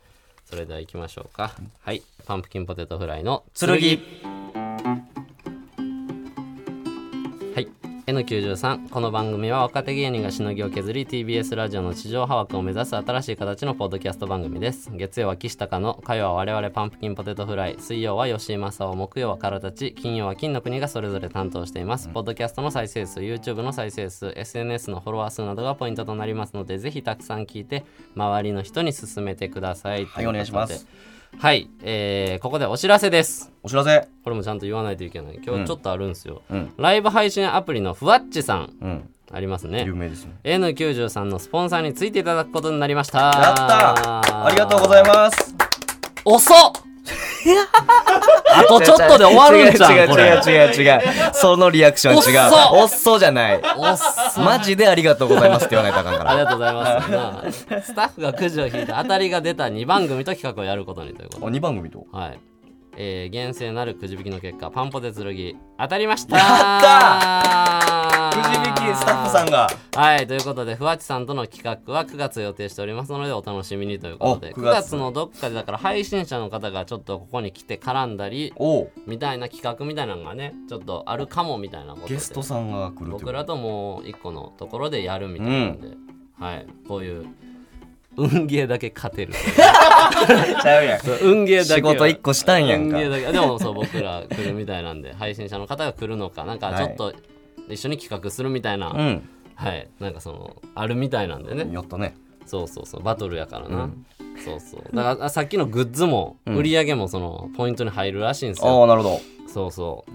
[SPEAKER 1] それでは行きましょうかはいパンプキンポテトフライの
[SPEAKER 2] 剣。
[SPEAKER 1] はい N93 この番組は若手芸人がしのぎを削り TBS ラジオの地上波枠を目指す新しい形のポッドキャスト番組です月曜は岸高の火曜は我々パンプキンポテトフライ水曜は吉井正雄木曜はからたち金曜は金の国がそれぞれ担当しています、ポッドキャストの再生数 YouTube の再生数 SNS のフォロワー数などがポイントとなりますのでぜひたくさん聞いて周りの人に勧めてください
[SPEAKER 2] はいお願いします
[SPEAKER 1] はい、えーここでお知らせです
[SPEAKER 2] お知らせ。
[SPEAKER 1] これもちゃんと言わないといけない今日ちょっとあるんですよ、
[SPEAKER 2] ん
[SPEAKER 1] ライブ配信アプリのふわっちさん、
[SPEAKER 2] うん。
[SPEAKER 1] ありますね
[SPEAKER 2] 有名ですね。
[SPEAKER 1] N93 のスポンサーについていただくことになりました
[SPEAKER 2] やったありがとうございます。
[SPEAKER 1] 遅っあとちょっとで終わるんじゃんこれ
[SPEAKER 2] 違う違う違う違う違う。そのリアクション違う。
[SPEAKER 1] お
[SPEAKER 2] おっそじゃない。
[SPEAKER 1] 遅っ
[SPEAKER 2] マジでありがとうございますって言わないとあかんか
[SPEAKER 1] あり
[SPEAKER 2] ら。
[SPEAKER 1] がとうございますなあスタッフがくじを引いて当たりが出た2番組と企画をやることにということで
[SPEAKER 2] 2番組と。
[SPEAKER 1] はい。えー、厳正なるくじ引きの結果、パンポテ剣、当たりました
[SPEAKER 2] くじ引きスタッフさん
[SPEAKER 1] が。
[SPEAKER 2] が。
[SPEAKER 1] はい、ということで、ふわちさんとの企画は9月予定しておりますので、お楽しみにということで、
[SPEAKER 2] お9
[SPEAKER 1] 9月
[SPEAKER 2] 月
[SPEAKER 1] のどっかで、だから配信者の方がちょっとここに来て絡んだり、
[SPEAKER 2] おう
[SPEAKER 1] みたいな企画みたいなのがね、ちょっとあるかもみたいなことで。
[SPEAKER 2] ゲストさんが来るって
[SPEAKER 1] 僕
[SPEAKER 2] こ
[SPEAKER 1] ら
[SPEAKER 2] と。
[SPEAKER 1] ともう一個のところでやるみたいなんで、はい、こういう、運ゲーだけ勝
[SPEAKER 2] [LAUGHS]
[SPEAKER 1] てる。
[SPEAKER 2] ちゃうやん。
[SPEAKER 1] 運ゲーだ
[SPEAKER 2] 仕
[SPEAKER 1] けは
[SPEAKER 2] 事1個したんやん
[SPEAKER 1] 運
[SPEAKER 2] か
[SPEAKER 1] ゲ。ーだけでもそう僕ら来るみたいなんで配信者の方が来るのかなんかちょっと一緒に企画するみたいな、は
[SPEAKER 2] う
[SPEAKER 1] い
[SPEAKER 2] ん。
[SPEAKER 1] なんかそのあるみたいなんでね
[SPEAKER 2] やったね。
[SPEAKER 1] そうそうそうバトルやからな、そうそうだからあさっきのグッズも売り上げもそのポイントに入るらしいんです
[SPEAKER 2] あ
[SPEAKER 1] よ、
[SPEAKER 2] あ、なるほど。
[SPEAKER 1] そうそう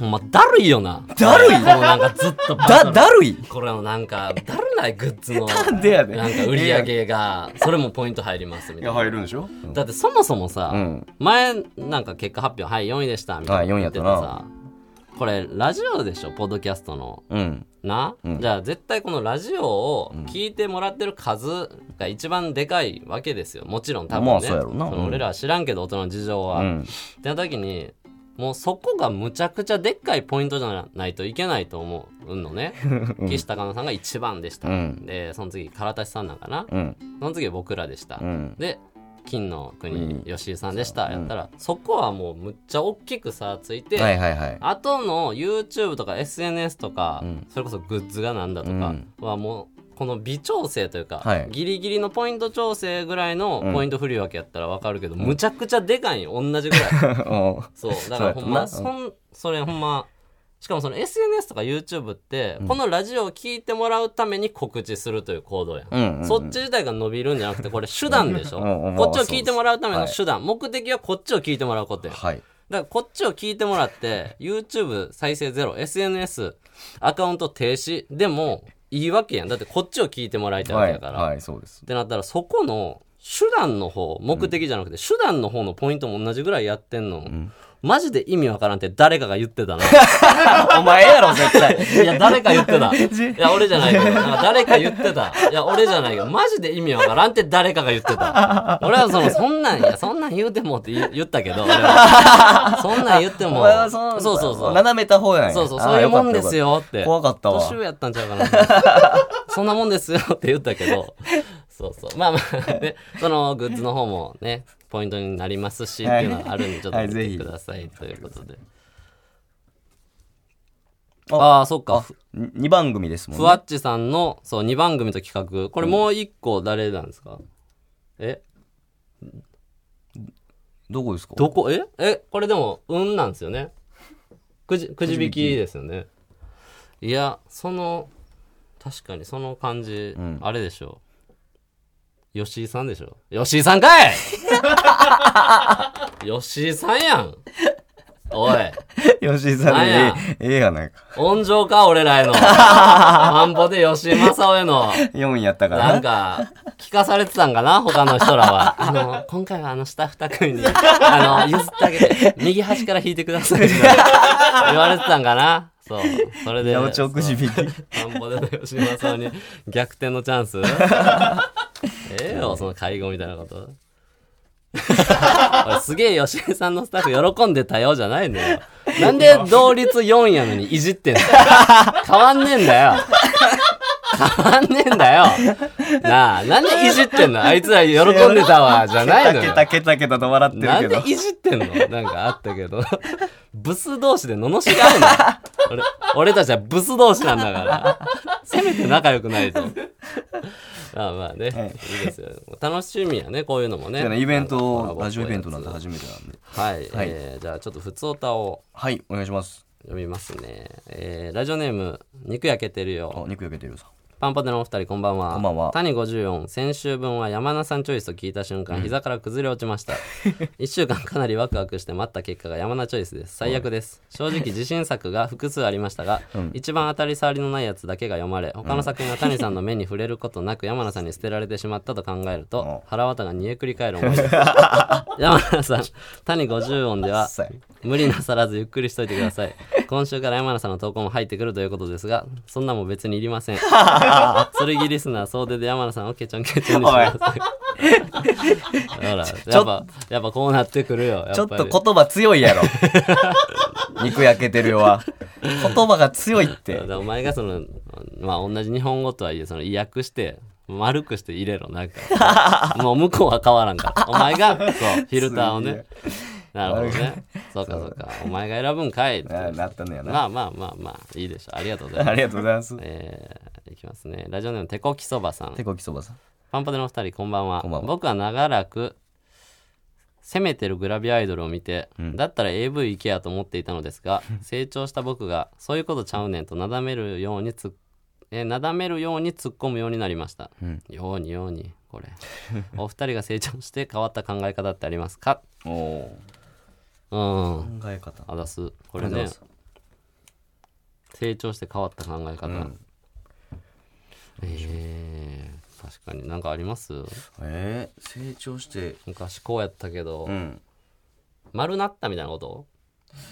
[SPEAKER 1] ほんまだるいよな
[SPEAKER 2] だるい
[SPEAKER 1] このなんかずっと
[SPEAKER 2] だ、だるい
[SPEAKER 1] これのなんかだるないグッズの
[SPEAKER 2] なんでやねん
[SPEAKER 1] なんか売り上げがそれもポイント入りますみ
[SPEAKER 2] い
[SPEAKER 1] たい
[SPEAKER 2] や、
[SPEAKER 1] な
[SPEAKER 2] 入るんでしょうん
[SPEAKER 1] だってそもそもさ、
[SPEAKER 2] うん
[SPEAKER 1] 前なんか結果発表はい4位でしたみたいな
[SPEAKER 2] はい4位やったな
[SPEAKER 1] 言てたさこれラジオでしょポッドキャストの
[SPEAKER 2] うん。
[SPEAKER 1] な、じゃあ絶対このラジオを聞いてもらってる数が一番でかいわけですよもちろん多分ね、
[SPEAKER 2] まあそうやろな
[SPEAKER 1] その
[SPEAKER 2] うん
[SPEAKER 1] 俺らは知らんけど大人の事情は、
[SPEAKER 2] うん
[SPEAKER 1] ってなった時にもうそこがむちゃくちゃでっかいポイントじゃないといけないと思うの
[SPEAKER 2] [LAUGHS]
[SPEAKER 1] ね、岸高野さんが1番でした、
[SPEAKER 2] うん
[SPEAKER 1] でその次唐田さんなんかな、
[SPEAKER 2] うん。
[SPEAKER 1] その次僕らでした、
[SPEAKER 2] うん。
[SPEAKER 1] で金の国、
[SPEAKER 2] うん
[SPEAKER 1] 吉井さんでした、やったらそこはもうむっちゃ大きく差ついて、
[SPEAKER 2] はいはいはい。
[SPEAKER 1] 後の YouTube とか SNS とか、
[SPEAKER 2] うん
[SPEAKER 1] それこそグッズがなんだとかはもうこの微調整というか、
[SPEAKER 2] はい
[SPEAKER 1] ギリギリのポイント調整ぐらいのポイント振り分けやったら分かるけど、むち
[SPEAKER 2] [LAUGHS]
[SPEAKER 1] ゃくちゃでかいんよ同じぐらい
[SPEAKER 2] おう
[SPEAKER 1] そうだからほんま
[SPEAKER 2] そ
[SPEAKER 1] そ
[SPEAKER 2] や
[SPEAKER 1] うんそれほんましかもその SNS とか YouTube って、このラジオを聞いてもらうために告知するという行動やん。
[SPEAKER 2] うんうんうん
[SPEAKER 1] そっち自体が伸びるんじゃなくて、これ手段でしょ。
[SPEAKER 2] うんうん
[SPEAKER 1] こっちを聞いてもらうための手段。目的はこっちを聞いてもらうことやん。
[SPEAKER 2] はい。
[SPEAKER 1] だからこっちを聞いてもらって、YouTube 再生ゼロ、SNS アカウント停止でもいいわけやん。だってこっちを聞いてもらいたいわ
[SPEAKER 2] は
[SPEAKER 1] け
[SPEAKER 2] い。
[SPEAKER 1] やから。
[SPEAKER 2] はい、そうです
[SPEAKER 1] っ。てなったら、そこの手段の方、目的じゃなくて、手段の方のポイントも同じぐらいやってんの。マジで意味わからんって誰かが言ってたな。
[SPEAKER 2] お前やろ、絶対。
[SPEAKER 1] いや、誰か言ってた。いや、俺じ
[SPEAKER 2] [LAUGHS]
[SPEAKER 1] ゃないけど、なんか誰か言ってた。いや、俺じゃないけど、マジで意味わからんって誰かが言ってた。俺はその、そんなん、いや、そんなん言うてもって言言ったけど、俺はそんなん言っ
[SPEAKER 2] [LAUGHS]
[SPEAKER 1] て
[SPEAKER 2] お
[SPEAKER 1] も
[SPEAKER 2] 前は、そ
[SPEAKER 1] そうそうそう。
[SPEAKER 2] 斜めた方やん。
[SPEAKER 1] そうそう、
[SPEAKER 2] あー
[SPEAKER 1] そういうもん
[SPEAKER 2] よか
[SPEAKER 1] で
[SPEAKER 2] った
[SPEAKER 1] す
[SPEAKER 2] よかっ
[SPEAKER 1] よって。
[SPEAKER 2] た怖かったわ
[SPEAKER 1] 年。上やったんちゃうかな。 [LAUGHS] そんなもんですよって言ったけど、そうそう。まあまあ、ね、そのグッズの方もね、ポイントになりますし、っていうのがあるんで、ちょっと見てくださいということで。ああ、そっか。
[SPEAKER 2] 2番組ですもん
[SPEAKER 1] ふ
[SPEAKER 2] ね。
[SPEAKER 1] わっちさんの、そう、2番組と企画。これもう1個誰なんですかえ
[SPEAKER 2] どこですか
[SPEAKER 1] どこええこれでも、運なんですよねくじ、くじ引きですよね。いや、その、確かにその感じ、
[SPEAKER 2] ん
[SPEAKER 1] あれでしょう。吉井さんでしょ吉井さんかい吉井さんやんおい、
[SPEAKER 2] 吉井さん
[SPEAKER 1] なん
[SPEAKER 2] でえ
[SPEAKER 1] や
[SPEAKER 2] えええやないか。
[SPEAKER 1] 温情か俺らへの。マンボで吉井正夫への。
[SPEAKER 2] 4位やったか
[SPEAKER 1] な
[SPEAKER 2] ら。
[SPEAKER 1] んか、聞かされてたんかな他の人らは。
[SPEAKER 2] [LAUGHS]
[SPEAKER 1] あの、今回はあの下二組に、あの、譲ってあげて、右端から引いてください
[SPEAKER 2] [LAUGHS]
[SPEAKER 1] みたいな。言われてたんかなそう。それで。
[SPEAKER 2] 八百長くじ引き。
[SPEAKER 1] そう田んぼでの吉村さんに逆転のチャンスええよ、その介護みたいなこと。 [LAUGHS] 俺すげえ吉井さんのスタッフ喜んでたよじゃないのよ。なんで同率4位やのにいじってんの変わんねえんだよ。変わんねえんだよ。なあ、なんでいじってんのあいつら喜んでたわ、じゃないの
[SPEAKER 2] ケ
[SPEAKER 1] よ。
[SPEAKER 2] タケタケタと笑って
[SPEAKER 1] なん
[SPEAKER 2] るけ
[SPEAKER 1] で
[SPEAKER 2] ど。
[SPEAKER 1] いじってんのなんかあったけど。ブス同士で罵り合うの俺俺たちはブス同士なんだから。せめて仲良くないと。まあまあね、
[SPEAKER 2] はい
[SPEAKER 1] い、いですよ。楽しみやね、こういうのもね。
[SPEAKER 2] イベント、
[SPEAKER 1] コラボっぽいやつ
[SPEAKER 2] ラジオイベントなんて初めてなんで。
[SPEAKER 1] はい、
[SPEAKER 2] はい
[SPEAKER 1] えーじゃあちょっと普通歌を
[SPEAKER 2] はい、お願いします。
[SPEAKER 1] 読みますね。えーラジオネーム、肉焼けてるよ。
[SPEAKER 2] あ、肉焼けてるさん。
[SPEAKER 1] パンパテのお二人こんばんは。
[SPEAKER 2] こんばんは
[SPEAKER 1] 谷54、先週分は山名さんチョイスを聞いた瞬間、膝から崩れ落ち
[SPEAKER 2] [LAUGHS]
[SPEAKER 1] ました。一週間かなりワクワクして待った結果が山名チョイスです。最悪です。正直自信作が複数ありましたが、一番当たり障りのないやつだけが読まれ、他の作品は谷さんの目に触れるこ
[SPEAKER 2] [LAUGHS]
[SPEAKER 1] となく山名さんに捨てられてしまったと考えると、腹渡が煮えくり返る思い
[SPEAKER 2] [LAUGHS]
[SPEAKER 1] です。山名さん、谷50音では、無理なさらずゆっくりしといてください。今週から山名さんの投稿も入ってくるということですが、そんなもん別にいり
[SPEAKER 2] [LAUGHS]
[SPEAKER 1] ません。剣リスナー総出で山名さんをケチョンケチョンにします。ほら、やっぱ、やっぱこうなってくるよ。や
[SPEAKER 2] ちょ
[SPEAKER 1] ぱ
[SPEAKER 2] っ
[SPEAKER 1] り
[SPEAKER 2] と言葉強いやろ。 [LAUGHS] 肉焼けてるよは。言葉が強いっ
[SPEAKER 1] だ [LAUGHS]
[SPEAKER 2] て
[SPEAKER 1] か。らお前がその、まあ同じ日本語とはいえ、その、意訳して、丸くして入れろ、なん
[SPEAKER 2] [LAUGHS]
[SPEAKER 1] か。もう向こうは変わらんから。お前が、そう、フィルターをね。なるほど
[SPEAKER 2] [LAUGHS]
[SPEAKER 1] ね。そうかそうか。お前が選ぶんかいって。
[SPEAKER 2] ななったのやな。
[SPEAKER 1] まあまあまあまあ、いいでしょう。ありがとうございます
[SPEAKER 2] あ。りがとうございます。
[SPEAKER 1] えーいきますね。ラジオネーム、てこきそばさん
[SPEAKER 2] 手。こきそばさん。
[SPEAKER 1] パンパテのお二人、こんばんは。
[SPEAKER 2] こんばんは
[SPEAKER 1] 僕は長らく、攻めてるグラビアアイドルを見て、だったら AV 行けやと思っていたのですが、成長した僕が、そういうことちゃうねんとなだめるようにつっ、えーなだめるように突っ込むようになりました。ようにように、これ。お二人が成長して変わった考え方ってありますか
[SPEAKER 2] おお
[SPEAKER 1] うん。
[SPEAKER 2] ー。考え方。
[SPEAKER 1] あだす。こ
[SPEAKER 2] こ
[SPEAKER 1] れね、成長して変わった考え方。えー確かになんかあります
[SPEAKER 2] えー、成長して、
[SPEAKER 1] 昔こうやったけど、
[SPEAKER 2] うん。
[SPEAKER 1] 丸なったみたいなこと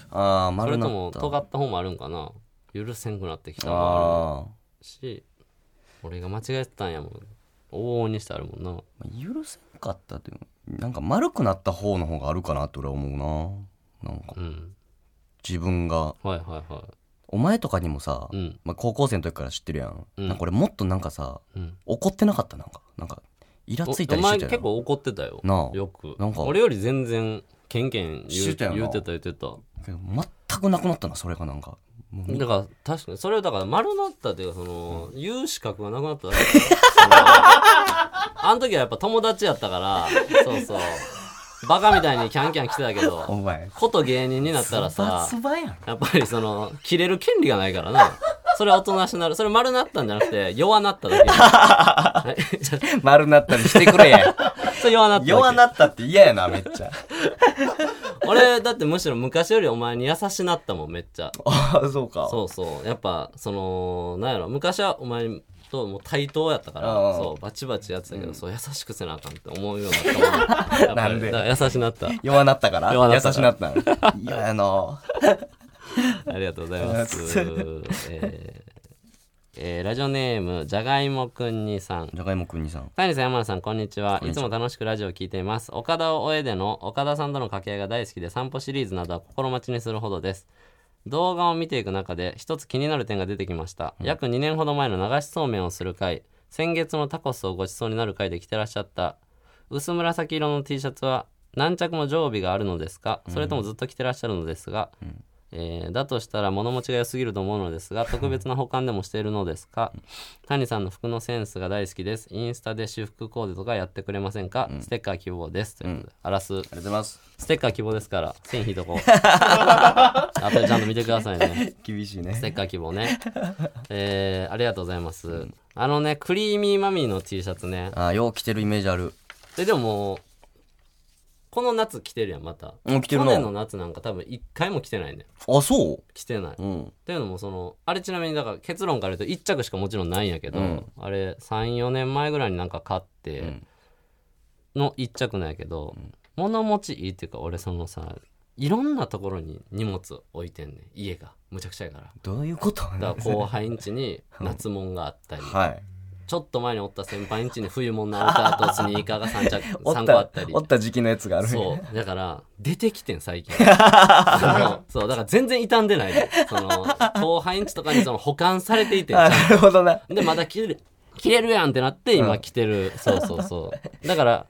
[SPEAKER 2] ああ、
[SPEAKER 1] そ
[SPEAKER 2] 丸
[SPEAKER 1] れ
[SPEAKER 2] な
[SPEAKER 1] と
[SPEAKER 2] った。
[SPEAKER 1] も尖った方もあるんかな許せんくなってきたのも
[SPEAKER 2] あ
[SPEAKER 1] あるし俺が間違えてたんやもん往々にしてあるもんな
[SPEAKER 2] ー許せんかったっていうなんか丸くなった方の方があるかなって俺は思うななんか
[SPEAKER 1] うん
[SPEAKER 2] 自分が
[SPEAKER 1] はいはいは
[SPEAKER 2] お前とかにもさ、
[SPEAKER 1] いうん
[SPEAKER 2] まあ、高校生の時から知ってるやん,、
[SPEAKER 1] ん
[SPEAKER 2] なんか俺もっとなんかさ
[SPEAKER 1] うん
[SPEAKER 2] 怒ってなかったなんかなんかイラ
[SPEAKER 1] お
[SPEAKER 2] ついた
[SPEAKER 1] お
[SPEAKER 2] りし
[SPEAKER 1] 前
[SPEAKER 2] てた
[SPEAKER 1] 結
[SPEAKER 2] やん
[SPEAKER 1] 構怒ってたよ
[SPEAKER 2] なあ
[SPEAKER 1] よく
[SPEAKER 2] なんか
[SPEAKER 1] 俺より全然ケンケン
[SPEAKER 2] し
[SPEAKER 1] 言
[SPEAKER 2] て
[SPEAKER 1] う
[SPEAKER 2] たよな
[SPEAKER 1] 言ってた言ってた
[SPEAKER 2] けど全くなくなったなそれがなんかもう
[SPEAKER 1] だから確かにそれをだから丸なったっていうかその、言う資格がなくなっただけ
[SPEAKER 2] [LAUGHS] [LAUGHS]
[SPEAKER 1] そのあの時はやっぱ友達やったからそうそうバカみたいにキャンキャン来てたけ
[SPEAKER 2] お [LAUGHS]
[SPEAKER 1] ど
[SPEAKER 2] 前
[SPEAKER 1] こと芸人になったらさ
[SPEAKER 2] つばつばやん
[SPEAKER 1] やっぱりその切れる権利がないからなそれはおとなしなるそれ丸なったんじゃなくて弱なっただ
[SPEAKER 2] [LAUGHS]
[SPEAKER 1] けはいちょ
[SPEAKER 2] [LAUGHS] 丸なったりしてくれや
[SPEAKER 1] それ弱なっただけ
[SPEAKER 2] [LAUGHS] 弱なったって嫌やなめっちゃ
[SPEAKER 1] 俺だってむしろ昔よりお前に優しなったもんめっちゃ
[SPEAKER 2] ああそうか
[SPEAKER 1] そうそうやっぱそのなんやろ昔はお前ともう対等やったから
[SPEAKER 2] うんうん
[SPEAKER 1] そうバチバチやってたけど、そう優しくせなあかんって思うように [LAUGHS] なったもんやっぱり
[SPEAKER 2] なんで
[SPEAKER 1] だから優しなった
[SPEAKER 2] 弱なったから
[SPEAKER 1] 弱なった
[SPEAKER 2] 優しなったの
[SPEAKER 1] [LAUGHS]
[SPEAKER 2] 嫌やな
[SPEAKER 1] ありがとうござい [LAUGHS] ます。えーえーラジオネームじゃがいもくんにさん。
[SPEAKER 2] じゃがいもくんにさん
[SPEAKER 1] カイニさん山田さんこんにちは。いつも楽しくラジオを聞いています。岡田をえでの岡田さんとの掛け合いが大好きで散歩シリーズなどは心待ちにするほどです。動画を見ていく中で一つ気になる点が出てきました、約2年ほど前の流しそうめんをする回先月のタコスをごちそうになる回で着てらっしゃった薄紫色の T シャツは何着も常備があるのですかそれともずっと着てらっしゃるのですが、えーだとしたら物持ちが良すぎると思うの [LAUGHS] ですが特別な保管でもしているのですか谷さんの服のセンスが大好きですインスタで私服コーデとかやってくれませんか、ステッカー希望ですということで、あらす
[SPEAKER 2] ありがとうございます
[SPEAKER 1] ステッカー希望ですから線引い
[SPEAKER 2] [LAUGHS]
[SPEAKER 1] とこうあとでちゃんと見てくださいね
[SPEAKER 2] 厳しい
[SPEAKER 1] ス
[SPEAKER 2] ね
[SPEAKER 1] テッカー希望ね。えー、ありがとうございます。あのね、クリーミーマミーの T シャツね。
[SPEAKER 2] ああよう着てるイメージある
[SPEAKER 1] え、でももう、この夏着てるやん、また。
[SPEAKER 2] うん着てるな
[SPEAKER 1] 去年の夏なんか多分一回も着てないね。
[SPEAKER 2] あそ
[SPEAKER 1] 着てない。
[SPEAKER 2] ううん
[SPEAKER 1] っていうのもそのあれちなみにだから結論から言うと1着しかもちろんないんやけど、
[SPEAKER 2] うん
[SPEAKER 1] あれ34年前ぐらいになんか買って
[SPEAKER 2] ん
[SPEAKER 1] の1着なんやけど、物持ちいいっていうか俺そのさいろんなところに荷物置いてんねん家がむちゃくちゃやから
[SPEAKER 2] どういうこと
[SPEAKER 1] だから後輩ん家に夏物があったり、
[SPEAKER 2] [LAUGHS] はい
[SPEAKER 1] ちょっと前におった先輩ん家に冬物のオタとスニーカーが3着
[SPEAKER 2] [LAUGHS] お
[SPEAKER 1] 3
[SPEAKER 2] っ
[SPEAKER 1] 個あ
[SPEAKER 2] た
[SPEAKER 1] ったり
[SPEAKER 2] おった時期のやつがある
[SPEAKER 1] そうだから出てきて
[SPEAKER 2] [LAUGHS]
[SPEAKER 1] ん最近あのそうだから全然傷んでないでその後輩ん家とかにその保管されていてんちゃ
[SPEAKER 2] あ [LAUGHS]
[SPEAKER 1] ん
[SPEAKER 2] なるほどな
[SPEAKER 1] とでまだ着れる着れるやんってなって今着てる、そうそうそうだから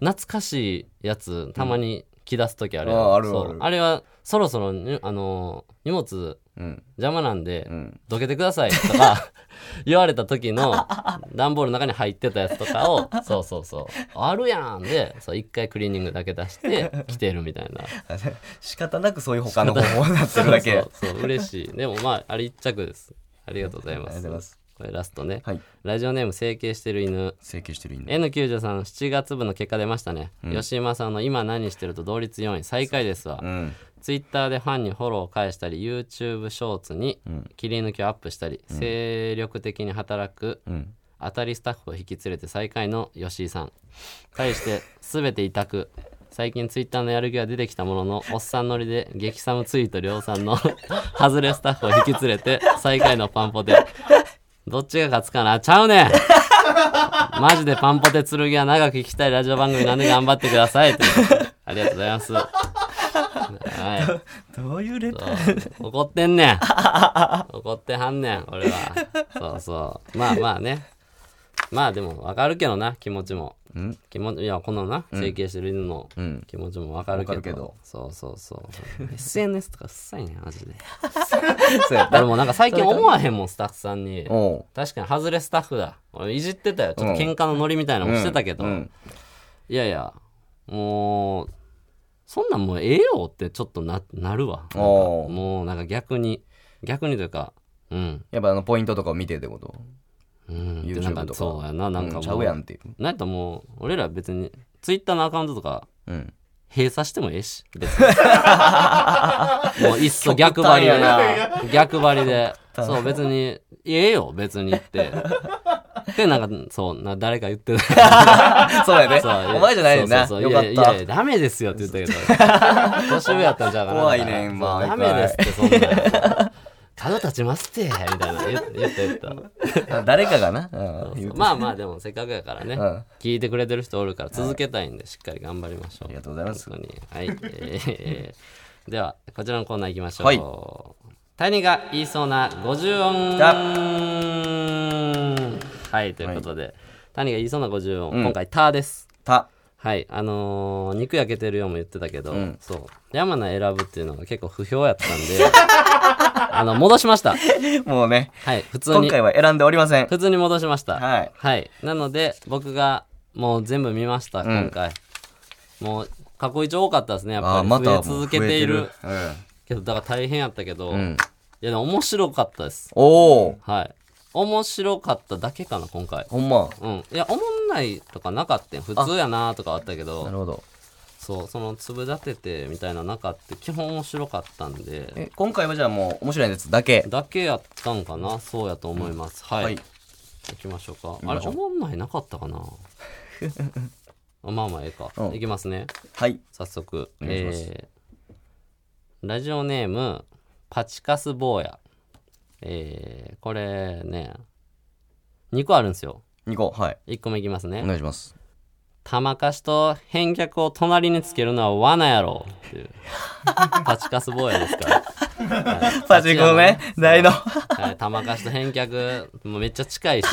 [SPEAKER 1] 懐かしいやつたまに着出す時あるやん
[SPEAKER 2] ああるある
[SPEAKER 1] そうあれはそろそろにあの荷物
[SPEAKER 2] うん
[SPEAKER 1] 邪魔なんで、
[SPEAKER 2] うん
[SPEAKER 1] どけてくださいとか [LAUGHS] 言われた時の段ボールの中に入ってたやつとかをそうそうそうあるやんでそう一回クリーニングだけ出して着てるみたいな
[SPEAKER 2] [LAUGHS] 仕方なくそういう他の方法になってるだけ
[SPEAKER 1] そうそう嬉しいでもまああれ一着ですありがとうござい
[SPEAKER 2] あ
[SPEAKER 1] ま
[SPEAKER 2] りがとうございます
[SPEAKER 1] すこれラストね、
[SPEAKER 2] [LAUGHS] はい
[SPEAKER 1] ラジオネーム整形してる犬
[SPEAKER 2] 整形してる犬
[SPEAKER 1] N937 月分の結果出ましたね、吉井さんの「今何してる?」と同率4位最下位ですわ、
[SPEAKER 2] うん
[SPEAKER 1] ツイッターでファンにフォローを返したり YouTube ショーツに切り抜きをアップしたり、精力的に働く、
[SPEAKER 2] うん
[SPEAKER 1] 当たりスタッフを引き連れて最下位の吉井さん対して全て委託最近ツイッターのやる気が出てきたもののおっさん乗りで激サムツイート量産のハズレスタッフを引き連れて最下位のパンポテどっちが勝つかなちゃうねんマジでパンポテ剣は長く聞きたいラジオ番組なんで頑張ってくださいということでありがとうございますはい
[SPEAKER 2] どういうレター
[SPEAKER 1] そう怒ってんねん怒ってはんねん俺はそうそうまあまあねまあでも分かるけどな気持ちも気持ちいやこのな整形してる犬の
[SPEAKER 2] ん
[SPEAKER 1] 気持ちも分かるけ
[SPEAKER 2] わ
[SPEAKER 1] ど,、
[SPEAKER 2] かるけど
[SPEAKER 1] そうそうそう SNS とかうっさいねマ
[SPEAKER 2] [LAUGHS]
[SPEAKER 1] ジで
[SPEAKER 2] そうや
[SPEAKER 1] 俺も [LAUGHS] なんか最近思わへんもんスタッフさんに
[SPEAKER 2] おう
[SPEAKER 1] 確かに外れスタッフだ俺いじってたよちょっと喧嘩のノリみたいなのもしてたけど、
[SPEAKER 2] うん
[SPEAKER 1] いやいやもうそんなんもうええよってちょっとななるわ
[SPEAKER 2] おう
[SPEAKER 1] もうなんか逆に逆にというかうん
[SPEAKER 2] やっぱあのポイントとかを見てってこと
[SPEAKER 1] うんで
[SPEAKER 2] YouTube
[SPEAKER 1] なん
[SPEAKER 2] とか
[SPEAKER 1] そうやななんかも
[SPEAKER 2] うんちゃうやんっていう
[SPEAKER 1] なんやったらもう俺ら別にツイッターのアカウントとか
[SPEAKER 2] うん
[SPEAKER 1] 閉鎖してもええし
[SPEAKER 2] [LAUGHS]
[SPEAKER 1] 別にもういっそ逆張りで
[SPEAKER 2] 極端
[SPEAKER 1] 逆張りでそう別にええよ別にってでなんかそうな誰か言ってた
[SPEAKER 2] [LAUGHS] そうやね
[SPEAKER 1] そう [LAUGHS]
[SPEAKER 2] お前じゃないねんな
[SPEAKER 1] そ
[SPEAKER 2] よ
[SPEAKER 1] うそうそ
[SPEAKER 2] か
[SPEAKER 1] ういやいやい
[SPEAKER 2] っ
[SPEAKER 1] やダメですよって言ったけ [LAUGHS] ど。年上やったんじゃうかな
[SPEAKER 2] 怖いねん
[SPEAKER 1] そう
[SPEAKER 2] 毎
[SPEAKER 1] ダ
[SPEAKER 2] 回
[SPEAKER 1] メですってそん [LAUGHS] な。角立ちますってみたいな言言って言った。
[SPEAKER 2] た [LAUGHS] 誰かがなうん言うて
[SPEAKER 1] まあまあでもせっかくやからね
[SPEAKER 2] ん。
[SPEAKER 1] 聞いてくれてる人おるから続けたいんでしっかり頑張りましょう。あ
[SPEAKER 2] りがとうございます
[SPEAKER 1] 本当に。はい。えーえーではこちらのコーナー行きましょう。
[SPEAKER 2] はい
[SPEAKER 1] 谷が言いそうな50音。
[SPEAKER 2] 来た
[SPEAKER 1] はいということで、谷が言いそうな50音、
[SPEAKER 2] ん
[SPEAKER 1] 今回「た」です。
[SPEAKER 2] た
[SPEAKER 1] はい、あのー肉焼けてるよも言ってたけど、
[SPEAKER 2] ん
[SPEAKER 1] そう山名選ぶっていうのが結構不評やったんで [LAUGHS] あの戻しました
[SPEAKER 2] もうね
[SPEAKER 1] はい普通
[SPEAKER 2] 今
[SPEAKER 1] に
[SPEAKER 2] 回は選んでおりません
[SPEAKER 1] 普通に戻しました
[SPEAKER 2] はい
[SPEAKER 1] なので僕がもう全部見ました、今回もう過去一多かったですね、やっ
[SPEAKER 2] あ
[SPEAKER 1] ぱ
[SPEAKER 2] ー
[SPEAKER 1] り。
[SPEAKER 2] ま
[SPEAKER 1] 増
[SPEAKER 2] た
[SPEAKER 1] え続けている。
[SPEAKER 2] 増えてる
[SPEAKER 1] けど、だから大変やったけど、
[SPEAKER 2] うんう
[SPEAKER 1] い
[SPEAKER 2] ん
[SPEAKER 1] や、でも面白かったです。
[SPEAKER 2] おお
[SPEAKER 1] はい。面白かっただけかな、今回。
[SPEAKER 2] ほんま
[SPEAKER 1] うん。いや、おもんないとかなかったん。普通やなとかあったけ
[SPEAKER 2] な
[SPEAKER 1] ど、
[SPEAKER 2] るほど
[SPEAKER 1] そう、その粒立ててみたいななかって、基本面白かったんで、
[SPEAKER 2] え今回はじゃあもう面白いやつだけ
[SPEAKER 1] だけやったんかな、そうやと思います。はい。
[SPEAKER 2] はい
[SPEAKER 1] 行きましょうか。
[SPEAKER 2] ま
[SPEAKER 1] あれ、
[SPEAKER 2] しょう
[SPEAKER 1] おもんないなかったかな [LAUGHS] あまあまあ、ええか。
[SPEAKER 2] うん
[SPEAKER 1] いきますね。
[SPEAKER 2] はい
[SPEAKER 1] 早速。
[SPEAKER 2] お願いします
[SPEAKER 1] えーラジオネーム、パチカス坊や。えーこれね、2個あるんですよ。
[SPEAKER 2] 2個はい
[SPEAKER 1] 1個目いきます
[SPEAKER 2] お
[SPEAKER 1] ね。
[SPEAKER 2] 願いします
[SPEAKER 1] 玉貸しと返却を隣につけるのは罠やろっていう。パチカス坊やですから。
[SPEAKER 2] パチンコね大の [LAUGHS]
[SPEAKER 1] はい、玉貸しと返却、もうめっちゃ近いし、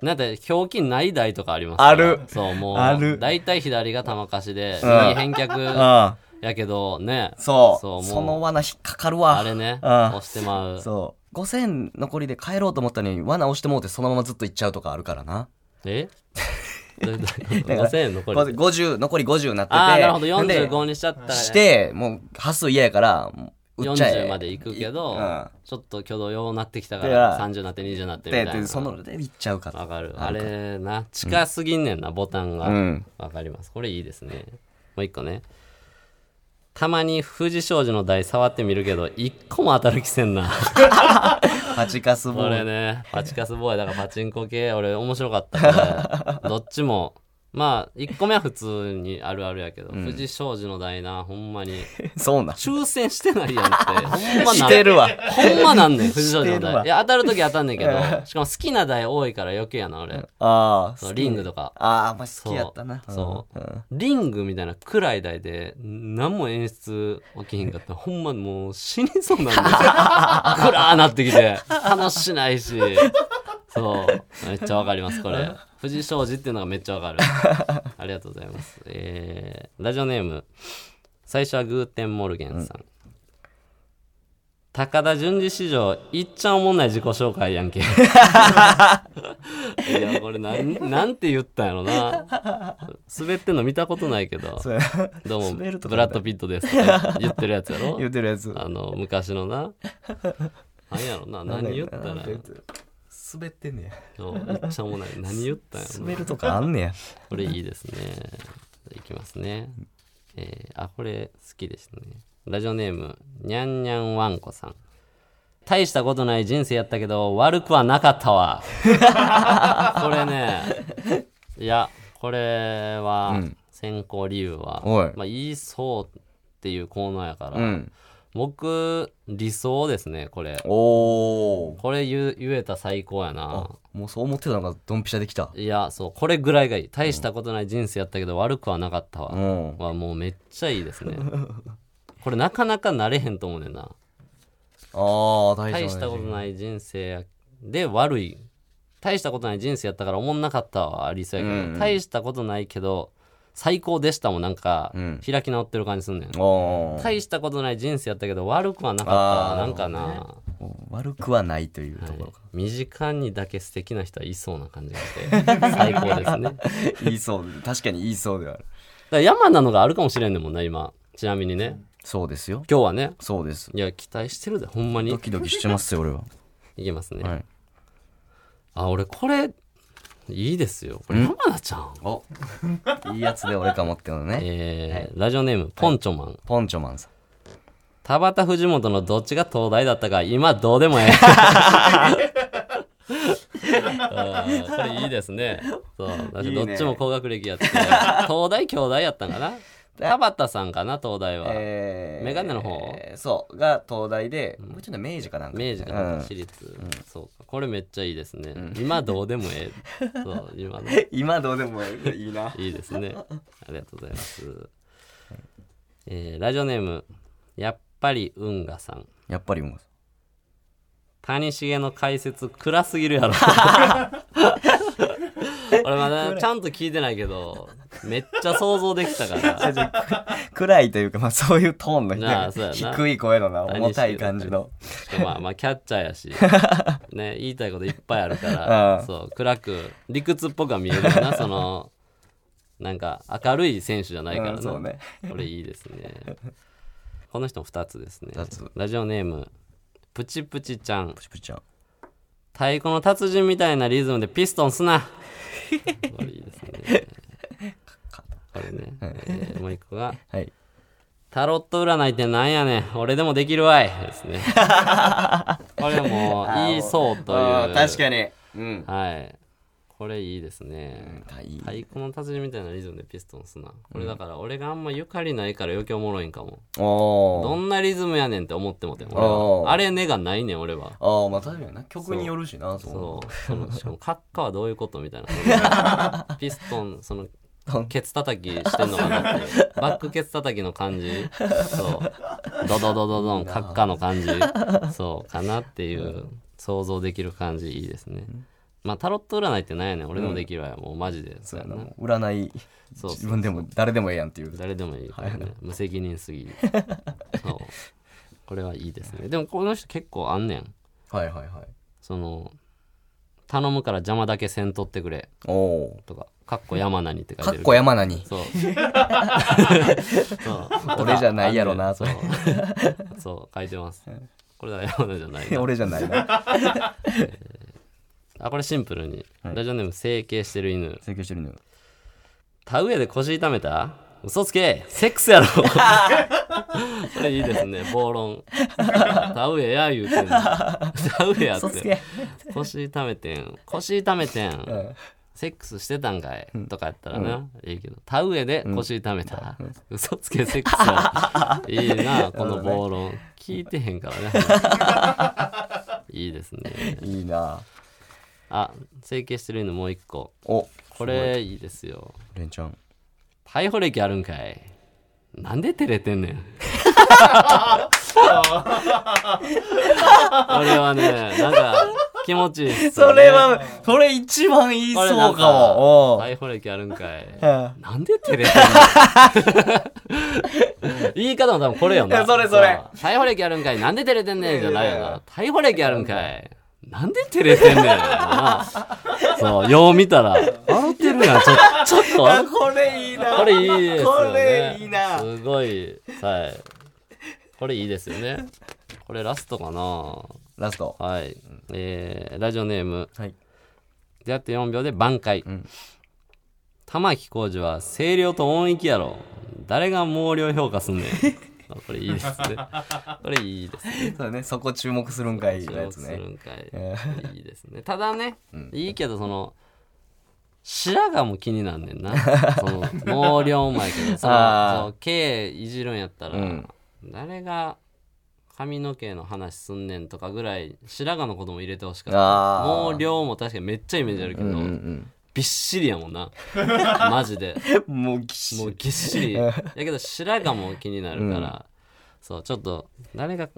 [SPEAKER 1] なんて表記ない台とかあります
[SPEAKER 2] ある
[SPEAKER 1] そう、も
[SPEAKER 2] ある
[SPEAKER 1] う、大体左が玉貸しで、
[SPEAKER 2] ん
[SPEAKER 1] 右返
[SPEAKER 2] う
[SPEAKER 1] 却
[SPEAKER 2] ん
[SPEAKER 1] やけど、ね、
[SPEAKER 2] そう
[SPEAKER 1] そうもう
[SPEAKER 2] その罠引っかかるわ
[SPEAKER 1] あれね、
[SPEAKER 2] うん
[SPEAKER 1] 押してまう。
[SPEAKER 2] そう5000残りで帰ろうと思ったのに罠押してもうてそのままずっと行っちゃうとかあるからな [LAUGHS]
[SPEAKER 1] え
[SPEAKER 2] だから
[SPEAKER 1] 5000円残りで。
[SPEAKER 2] 50残り50になってて
[SPEAKER 1] ああ、なるほど、
[SPEAKER 2] で
[SPEAKER 1] 45にしちゃったらね、
[SPEAKER 2] してもう端数嫌やからもう売っちゃえ
[SPEAKER 1] 40まで行くけど、
[SPEAKER 2] うん
[SPEAKER 1] ちょっと挙動ようなってきたか
[SPEAKER 2] だ
[SPEAKER 1] ら、
[SPEAKER 2] から
[SPEAKER 1] 30になって20になってみた
[SPEAKER 2] で
[SPEAKER 1] い
[SPEAKER 2] で
[SPEAKER 1] な。
[SPEAKER 2] そので行っちゃうから
[SPEAKER 1] わかる。あれな、近すぎんねんな、ボタンが。
[SPEAKER 2] うん
[SPEAKER 1] わかります。これいいですね。もう一個ね。たまに富士商事の台触ってみるけど、一個も当たる気せ
[SPEAKER 2] [LAUGHS]
[SPEAKER 1] んな。
[SPEAKER 2] パチカスボ
[SPEAKER 1] これ
[SPEAKER 2] ール
[SPEAKER 1] ね、パチカスボーイだからパチンコ系、俺面白かっ
[SPEAKER 2] [LAUGHS]
[SPEAKER 1] たから、どっちも。まあ、一個目は普通にあるあるやけど、富士商事の台な、ほんまに。
[SPEAKER 2] そうなん
[SPEAKER 1] 抽選してないやんって。
[SPEAKER 2] [LAUGHS]
[SPEAKER 1] ほんまなん
[SPEAKER 2] してるわ
[SPEAKER 1] ほんまなんねん、富士商事の
[SPEAKER 2] してるわ
[SPEAKER 1] 台。いや、当たるとき当たんねん
[SPEAKER 2] [LAUGHS]
[SPEAKER 1] けど、しかも好きな台多いから余計やな、俺。
[SPEAKER 2] あ
[SPEAKER 1] そ
[SPEAKER 2] あ
[SPEAKER 1] うリングとか。
[SPEAKER 2] ああまあ好きやったな
[SPEAKER 1] そう、
[SPEAKER 2] ん
[SPEAKER 1] リングみたいな暗い台で何も演出起きへん
[SPEAKER 2] [LAUGHS]
[SPEAKER 1] かったらほんまもう死にそうなんですよ [LAUGHS] 暗なってきて話しないしそうめっちゃわかりますこれ藤庄司っていうのがめっちゃわかるありがとうございますえーラジオネーム最初はグーテンモルゲンさん、高田純次史上いっちゃおもんない自己紹
[SPEAKER 2] [LAUGHS]
[SPEAKER 1] 介やんけいやこれなんなんて言ったんやろな滑ってんの見たことないけど
[SPEAKER 2] そうや [LAUGHS]
[SPEAKER 1] どうも
[SPEAKER 2] 滑るとか
[SPEAKER 1] ブラッド・ピットですとか言ってるやつやろ
[SPEAKER 2] 言うてるやつ
[SPEAKER 1] あの昔のな何やろな何言った
[SPEAKER 2] な
[SPEAKER 1] ら
[SPEAKER 2] んか滑ってんね
[SPEAKER 1] [LAUGHS]
[SPEAKER 2] や
[SPEAKER 1] そういっちゃおもんない何言ったんやろな
[SPEAKER 2] 滑るとかあんねや
[SPEAKER 1] これいいですね。いきますね。えーあ、これ好きですね。ラジオネーム、にゃんにゃんわんこさん。大したことない人生やったけど、悪くはなかったわ。 [LAUGHS] これね、いや、これは、選考理由は、
[SPEAKER 2] おい
[SPEAKER 1] まあ、言いそうっていうコーナーやから、
[SPEAKER 2] うん
[SPEAKER 1] 僕、理想ですね、これ。
[SPEAKER 2] おお
[SPEAKER 1] これ言言えた最高やな。
[SPEAKER 2] もうそう思ってたのがドンピシャできた
[SPEAKER 1] いや、そう、これぐらいがいい。大したことない人生やったけど、悪くはなかったわ。
[SPEAKER 2] うん
[SPEAKER 1] はもうめっちゃいいですねこれなかなかなれへんと思うねんな
[SPEAKER 2] ああ大
[SPEAKER 1] 大したこ
[SPEAKER 2] い
[SPEAKER 1] とない人生やで悪い大したことない人生やったからおもんなかったはありそうやけど、大したことないけど最高でしたもなんか、
[SPEAKER 2] ん
[SPEAKER 1] 開き直ってる感じすんねん
[SPEAKER 2] おー
[SPEAKER 1] 大したことない人生やったけど悪くはなかったわ
[SPEAKER 2] あー
[SPEAKER 1] なんかな、
[SPEAKER 2] 悪くはないというところか
[SPEAKER 1] 身近にだけ素敵な人はいそうな感じがして最高ですねだか
[SPEAKER 2] 言いそう確かに言いそうではある
[SPEAKER 1] ら山なのがあるかもしれんねんもんな今ちなみにね
[SPEAKER 2] そうですよ
[SPEAKER 1] 今日はね
[SPEAKER 2] そうです
[SPEAKER 1] いや期待してるでほんまに
[SPEAKER 2] ドキドキしてますよ俺は
[SPEAKER 1] いきますね、
[SPEAKER 2] はい
[SPEAKER 1] あ、俺これ、いいですよ。これ、浜田ちゃん。
[SPEAKER 2] おいいやつで俺かもってのね
[SPEAKER 1] えーラジオネーム、ポンチョマン。
[SPEAKER 2] ポンチョマンさん
[SPEAKER 1] 田畑藤本のどっちが東大だったか、今どうでも
[SPEAKER 2] [LAUGHS]
[SPEAKER 1] ええ。あーこれいいですね。そう。私
[SPEAKER 2] いい
[SPEAKER 1] ど
[SPEAKER 2] ね
[SPEAKER 1] っちも高学
[SPEAKER 2] [LAUGHS]
[SPEAKER 1] 歴やって、東大、京大やったんかな田畑さんかな、東大は。
[SPEAKER 2] えー
[SPEAKER 1] メガネの方
[SPEAKER 2] えーそうが東大でもうちょっと明治かなんか
[SPEAKER 1] 明治かな、
[SPEAKER 2] うん
[SPEAKER 1] 私立、そうかこれめっちゃいいですね、今どうでもええそう今の
[SPEAKER 2] 今どうでもいいない
[SPEAKER 1] いで
[SPEAKER 2] [LAUGHS]
[SPEAKER 1] すね。ありがとうございます。えーラジオネーム、やっぱり運河さん。
[SPEAKER 2] やっぱり思う
[SPEAKER 1] 谷繁の解説暗すぎるや
[SPEAKER 2] [LAUGHS]
[SPEAKER 1] ろ。俺まだちゃんと聞いてないけど、めっちゃ想像で
[SPEAKER 2] [LAUGHS]
[SPEAKER 1] きたから。
[SPEAKER 2] 暗いというかまあそういうトーンの
[SPEAKER 1] なあそうやな
[SPEAKER 2] 低い声のな重たい感じの
[SPEAKER 1] まあまあキャッチャー
[SPEAKER 2] [LAUGHS]
[SPEAKER 1] やし、ね、言いたいこといっぱいあるか
[SPEAKER 2] う
[SPEAKER 1] ら、
[SPEAKER 2] ん
[SPEAKER 1] そう、暗く、理屈っぽくは見えるよな、その、なんか明るい選手じゃないから
[SPEAKER 2] うんそうね [LAUGHS]
[SPEAKER 1] これいいですねこの人も2つですね
[SPEAKER 2] 二つ
[SPEAKER 1] ラジオネームプチプチちゃん
[SPEAKER 2] プチプチちゃん
[SPEAKER 1] 太鼓の達人みたいなリズムでピストンすなこれいいですねこれね、えーもう一個が
[SPEAKER 2] はい
[SPEAKER 1] タロット占いってなんやねん俺でもできるわいです
[SPEAKER 2] [LAUGHS]
[SPEAKER 1] ねこれもう言いそうと
[SPEAKER 2] あ
[SPEAKER 1] いう
[SPEAKER 2] ー確かにうん
[SPEAKER 1] はいこれいいですね、
[SPEAKER 2] いい
[SPEAKER 1] 太鼓の達人みたいなリズムでピストンすなこれだから俺があんまゆかりないから余計おもろいんかもど
[SPEAKER 2] おー
[SPEAKER 1] んなリズムやねんって思ってもてん俺は
[SPEAKER 2] あー
[SPEAKER 1] あれ根がないねん俺は
[SPEAKER 2] あーまあ確かにな曲によるしなそう
[SPEAKER 1] そうそのしかもカッカはどういうことみたい [LAUGHS] なピストンそのケツ叩きしてんのかなって [LAUGHS] いうバックケツ叩きの感じそうドドドドドンカッカの感じそうかなっていう想像できる感じいいですねまあタロット占いってなんやねん俺でもできるわよもうマジでそうやな
[SPEAKER 2] もう占い
[SPEAKER 1] そう
[SPEAKER 2] 自分でも誰でもええやんっていう
[SPEAKER 1] 誰でもいいからね無責任す [LAUGHS] ぎるそうこれはいいですねでもこの人結構あんねん
[SPEAKER 2] はいはいはい
[SPEAKER 1] その頼むから邪魔だけせんとってくれ
[SPEAKER 2] おお
[SPEAKER 1] とか「かっこ山なに」って書い
[SPEAKER 2] か
[SPEAKER 1] て
[SPEAKER 2] っ
[SPEAKER 1] る
[SPEAKER 2] こ山なに [LAUGHS]
[SPEAKER 1] そうそう
[SPEAKER 2] 俺じゃないやろなそれ
[SPEAKER 1] そうそう書いてますこれは山名じゃないな
[SPEAKER 2] [LAUGHS] [LAUGHS] 俺じゃないな
[SPEAKER 1] あこれシンプルに、ラジオネーム整形してる犬
[SPEAKER 2] 請求してるの
[SPEAKER 1] 田植えで腰痛めた嘘つけセックスやろ [LAUGHS] これいいですね暴論田植えや言うてんの田植えやっ
[SPEAKER 2] 嘘つけ
[SPEAKER 1] て腰痛めてん腰痛めてん、セックスしてたんかい、とかやったらな、いいけど田植えで腰痛めた、嘘つけセックスやろいいなこの暴論聞いてへんからねいいですね
[SPEAKER 2] いいな
[SPEAKER 1] あ整形してる犬もう一個
[SPEAKER 2] お
[SPEAKER 1] これいいですよ
[SPEAKER 2] レンちゃん
[SPEAKER 1] 逮捕歴あるんかいなんで照れて
[SPEAKER 2] [LAUGHS]
[SPEAKER 1] んねん俺はねなんか気持ちいいっす
[SPEAKER 2] そ
[SPEAKER 1] よね
[SPEAKER 2] れはそれ一番言い
[SPEAKER 1] これな
[SPEAKER 2] そ
[SPEAKER 1] ん
[SPEAKER 2] うかもおう
[SPEAKER 1] 逮捕歴あるんかい
[SPEAKER 2] ん
[SPEAKER 1] なんで照れて
[SPEAKER 2] [LAUGHS]
[SPEAKER 1] んねん言い方も多分これよ
[SPEAKER 2] い
[SPEAKER 1] な
[SPEAKER 2] やそれそれ
[SPEAKER 1] う逮捕歴あるんかいなんで照れてんねんじゃないよな逮捕歴あるんかいなんで照れてんねんなそうよう見たら笑ってるやんちょちょっと笑っ
[SPEAKER 2] あこれいいな
[SPEAKER 1] これいいですよ
[SPEAKER 2] これ
[SPEAKER 1] ね。
[SPEAKER 2] いいな
[SPEAKER 1] すごい。はい。これいいですよね。これラストかな。
[SPEAKER 2] ラスト
[SPEAKER 1] はい。えー、ラジオネーム。
[SPEAKER 2] はい
[SPEAKER 1] 出会って4秒で挽回。
[SPEAKER 2] ん
[SPEAKER 1] 玉置浩二は声量と音域やろ。誰が毛量評価すん [LAUGHS] ねん。あこれいいですね。これいいですね。
[SPEAKER 2] そうだねそこ注目するんかいのやつ
[SPEAKER 1] 注目する
[SPEAKER 2] ね
[SPEAKER 1] んかい
[SPEAKER 2] え
[SPEAKER 1] いいですねただね、いいけどその白髪も気になんね
[SPEAKER 2] [LAUGHS]
[SPEAKER 1] んなその毛量もやけどそ
[SPEAKER 2] あ
[SPEAKER 1] の
[SPEAKER 2] ー
[SPEAKER 1] そう毛いじるんやったら、
[SPEAKER 2] うん
[SPEAKER 1] 誰が髪の毛の話すんねんとかぐらい白髪のことも入れてほしか
[SPEAKER 2] あー
[SPEAKER 1] った毛量も確かにめっちゃイメージあるけど、
[SPEAKER 2] うんうん
[SPEAKER 1] びっしりやも
[SPEAKER 2] [LAUGHS]
[SPEAKER 1] んなマジで
[SPEAKER 2] うんもうぎっしり
[SPEAKER 1] もうぎっ
[SPEAKER 2] [LAUGHS]
[SPEAKER 1] しりやけど白髪も気になるから、そうちょっと誰が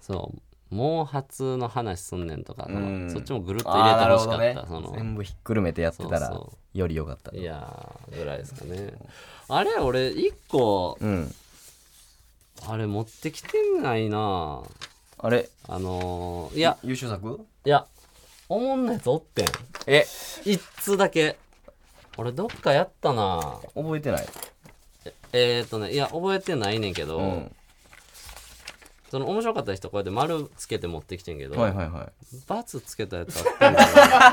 [SPEAKER 1] そう毛髪の話すんねんとか、その
[SPEAKER 2] うん
[SPEAKER 1] そっちもぐるっと入れてほしかった、
[SPEAKER 2] あーなる
[SPEAKER 1] そ
[SPEAKER 2] ほどね
[SPEAKER 1] の
[SPEAKER 2] 全部ひっくるめてやってたら
[SPEAKER 1] そうそ
[SPEAKER 2] より良かった
[SPEAKER 1] いやーぐらいですかねあれ俺一個
[SPEAKER 2] うん
[SPEAKER 1] あれ持ってきてないな
[SPEAKER 2] あれ
[SPEAKER 1] あのー、いや
[SPEAKER 2] 優秀作
[SPEAKER 1] いやおもんなやつおってん
[SPEAKER 2] え
[SPEAKER 1] 一通だけ俺どっかやったな
[SPEAKER 2] 覚えてない
[SPEAKER 1] えー、っとねいや覚えてないねんけど、
[SPEAKER 2] うん
[SPEAKER 1] その面白かった人こうやって丸つけて持ってきてんけど、
[SPEAKER 2] はいはいはい
[SPEAKER 1] バツつけたやつあったんだ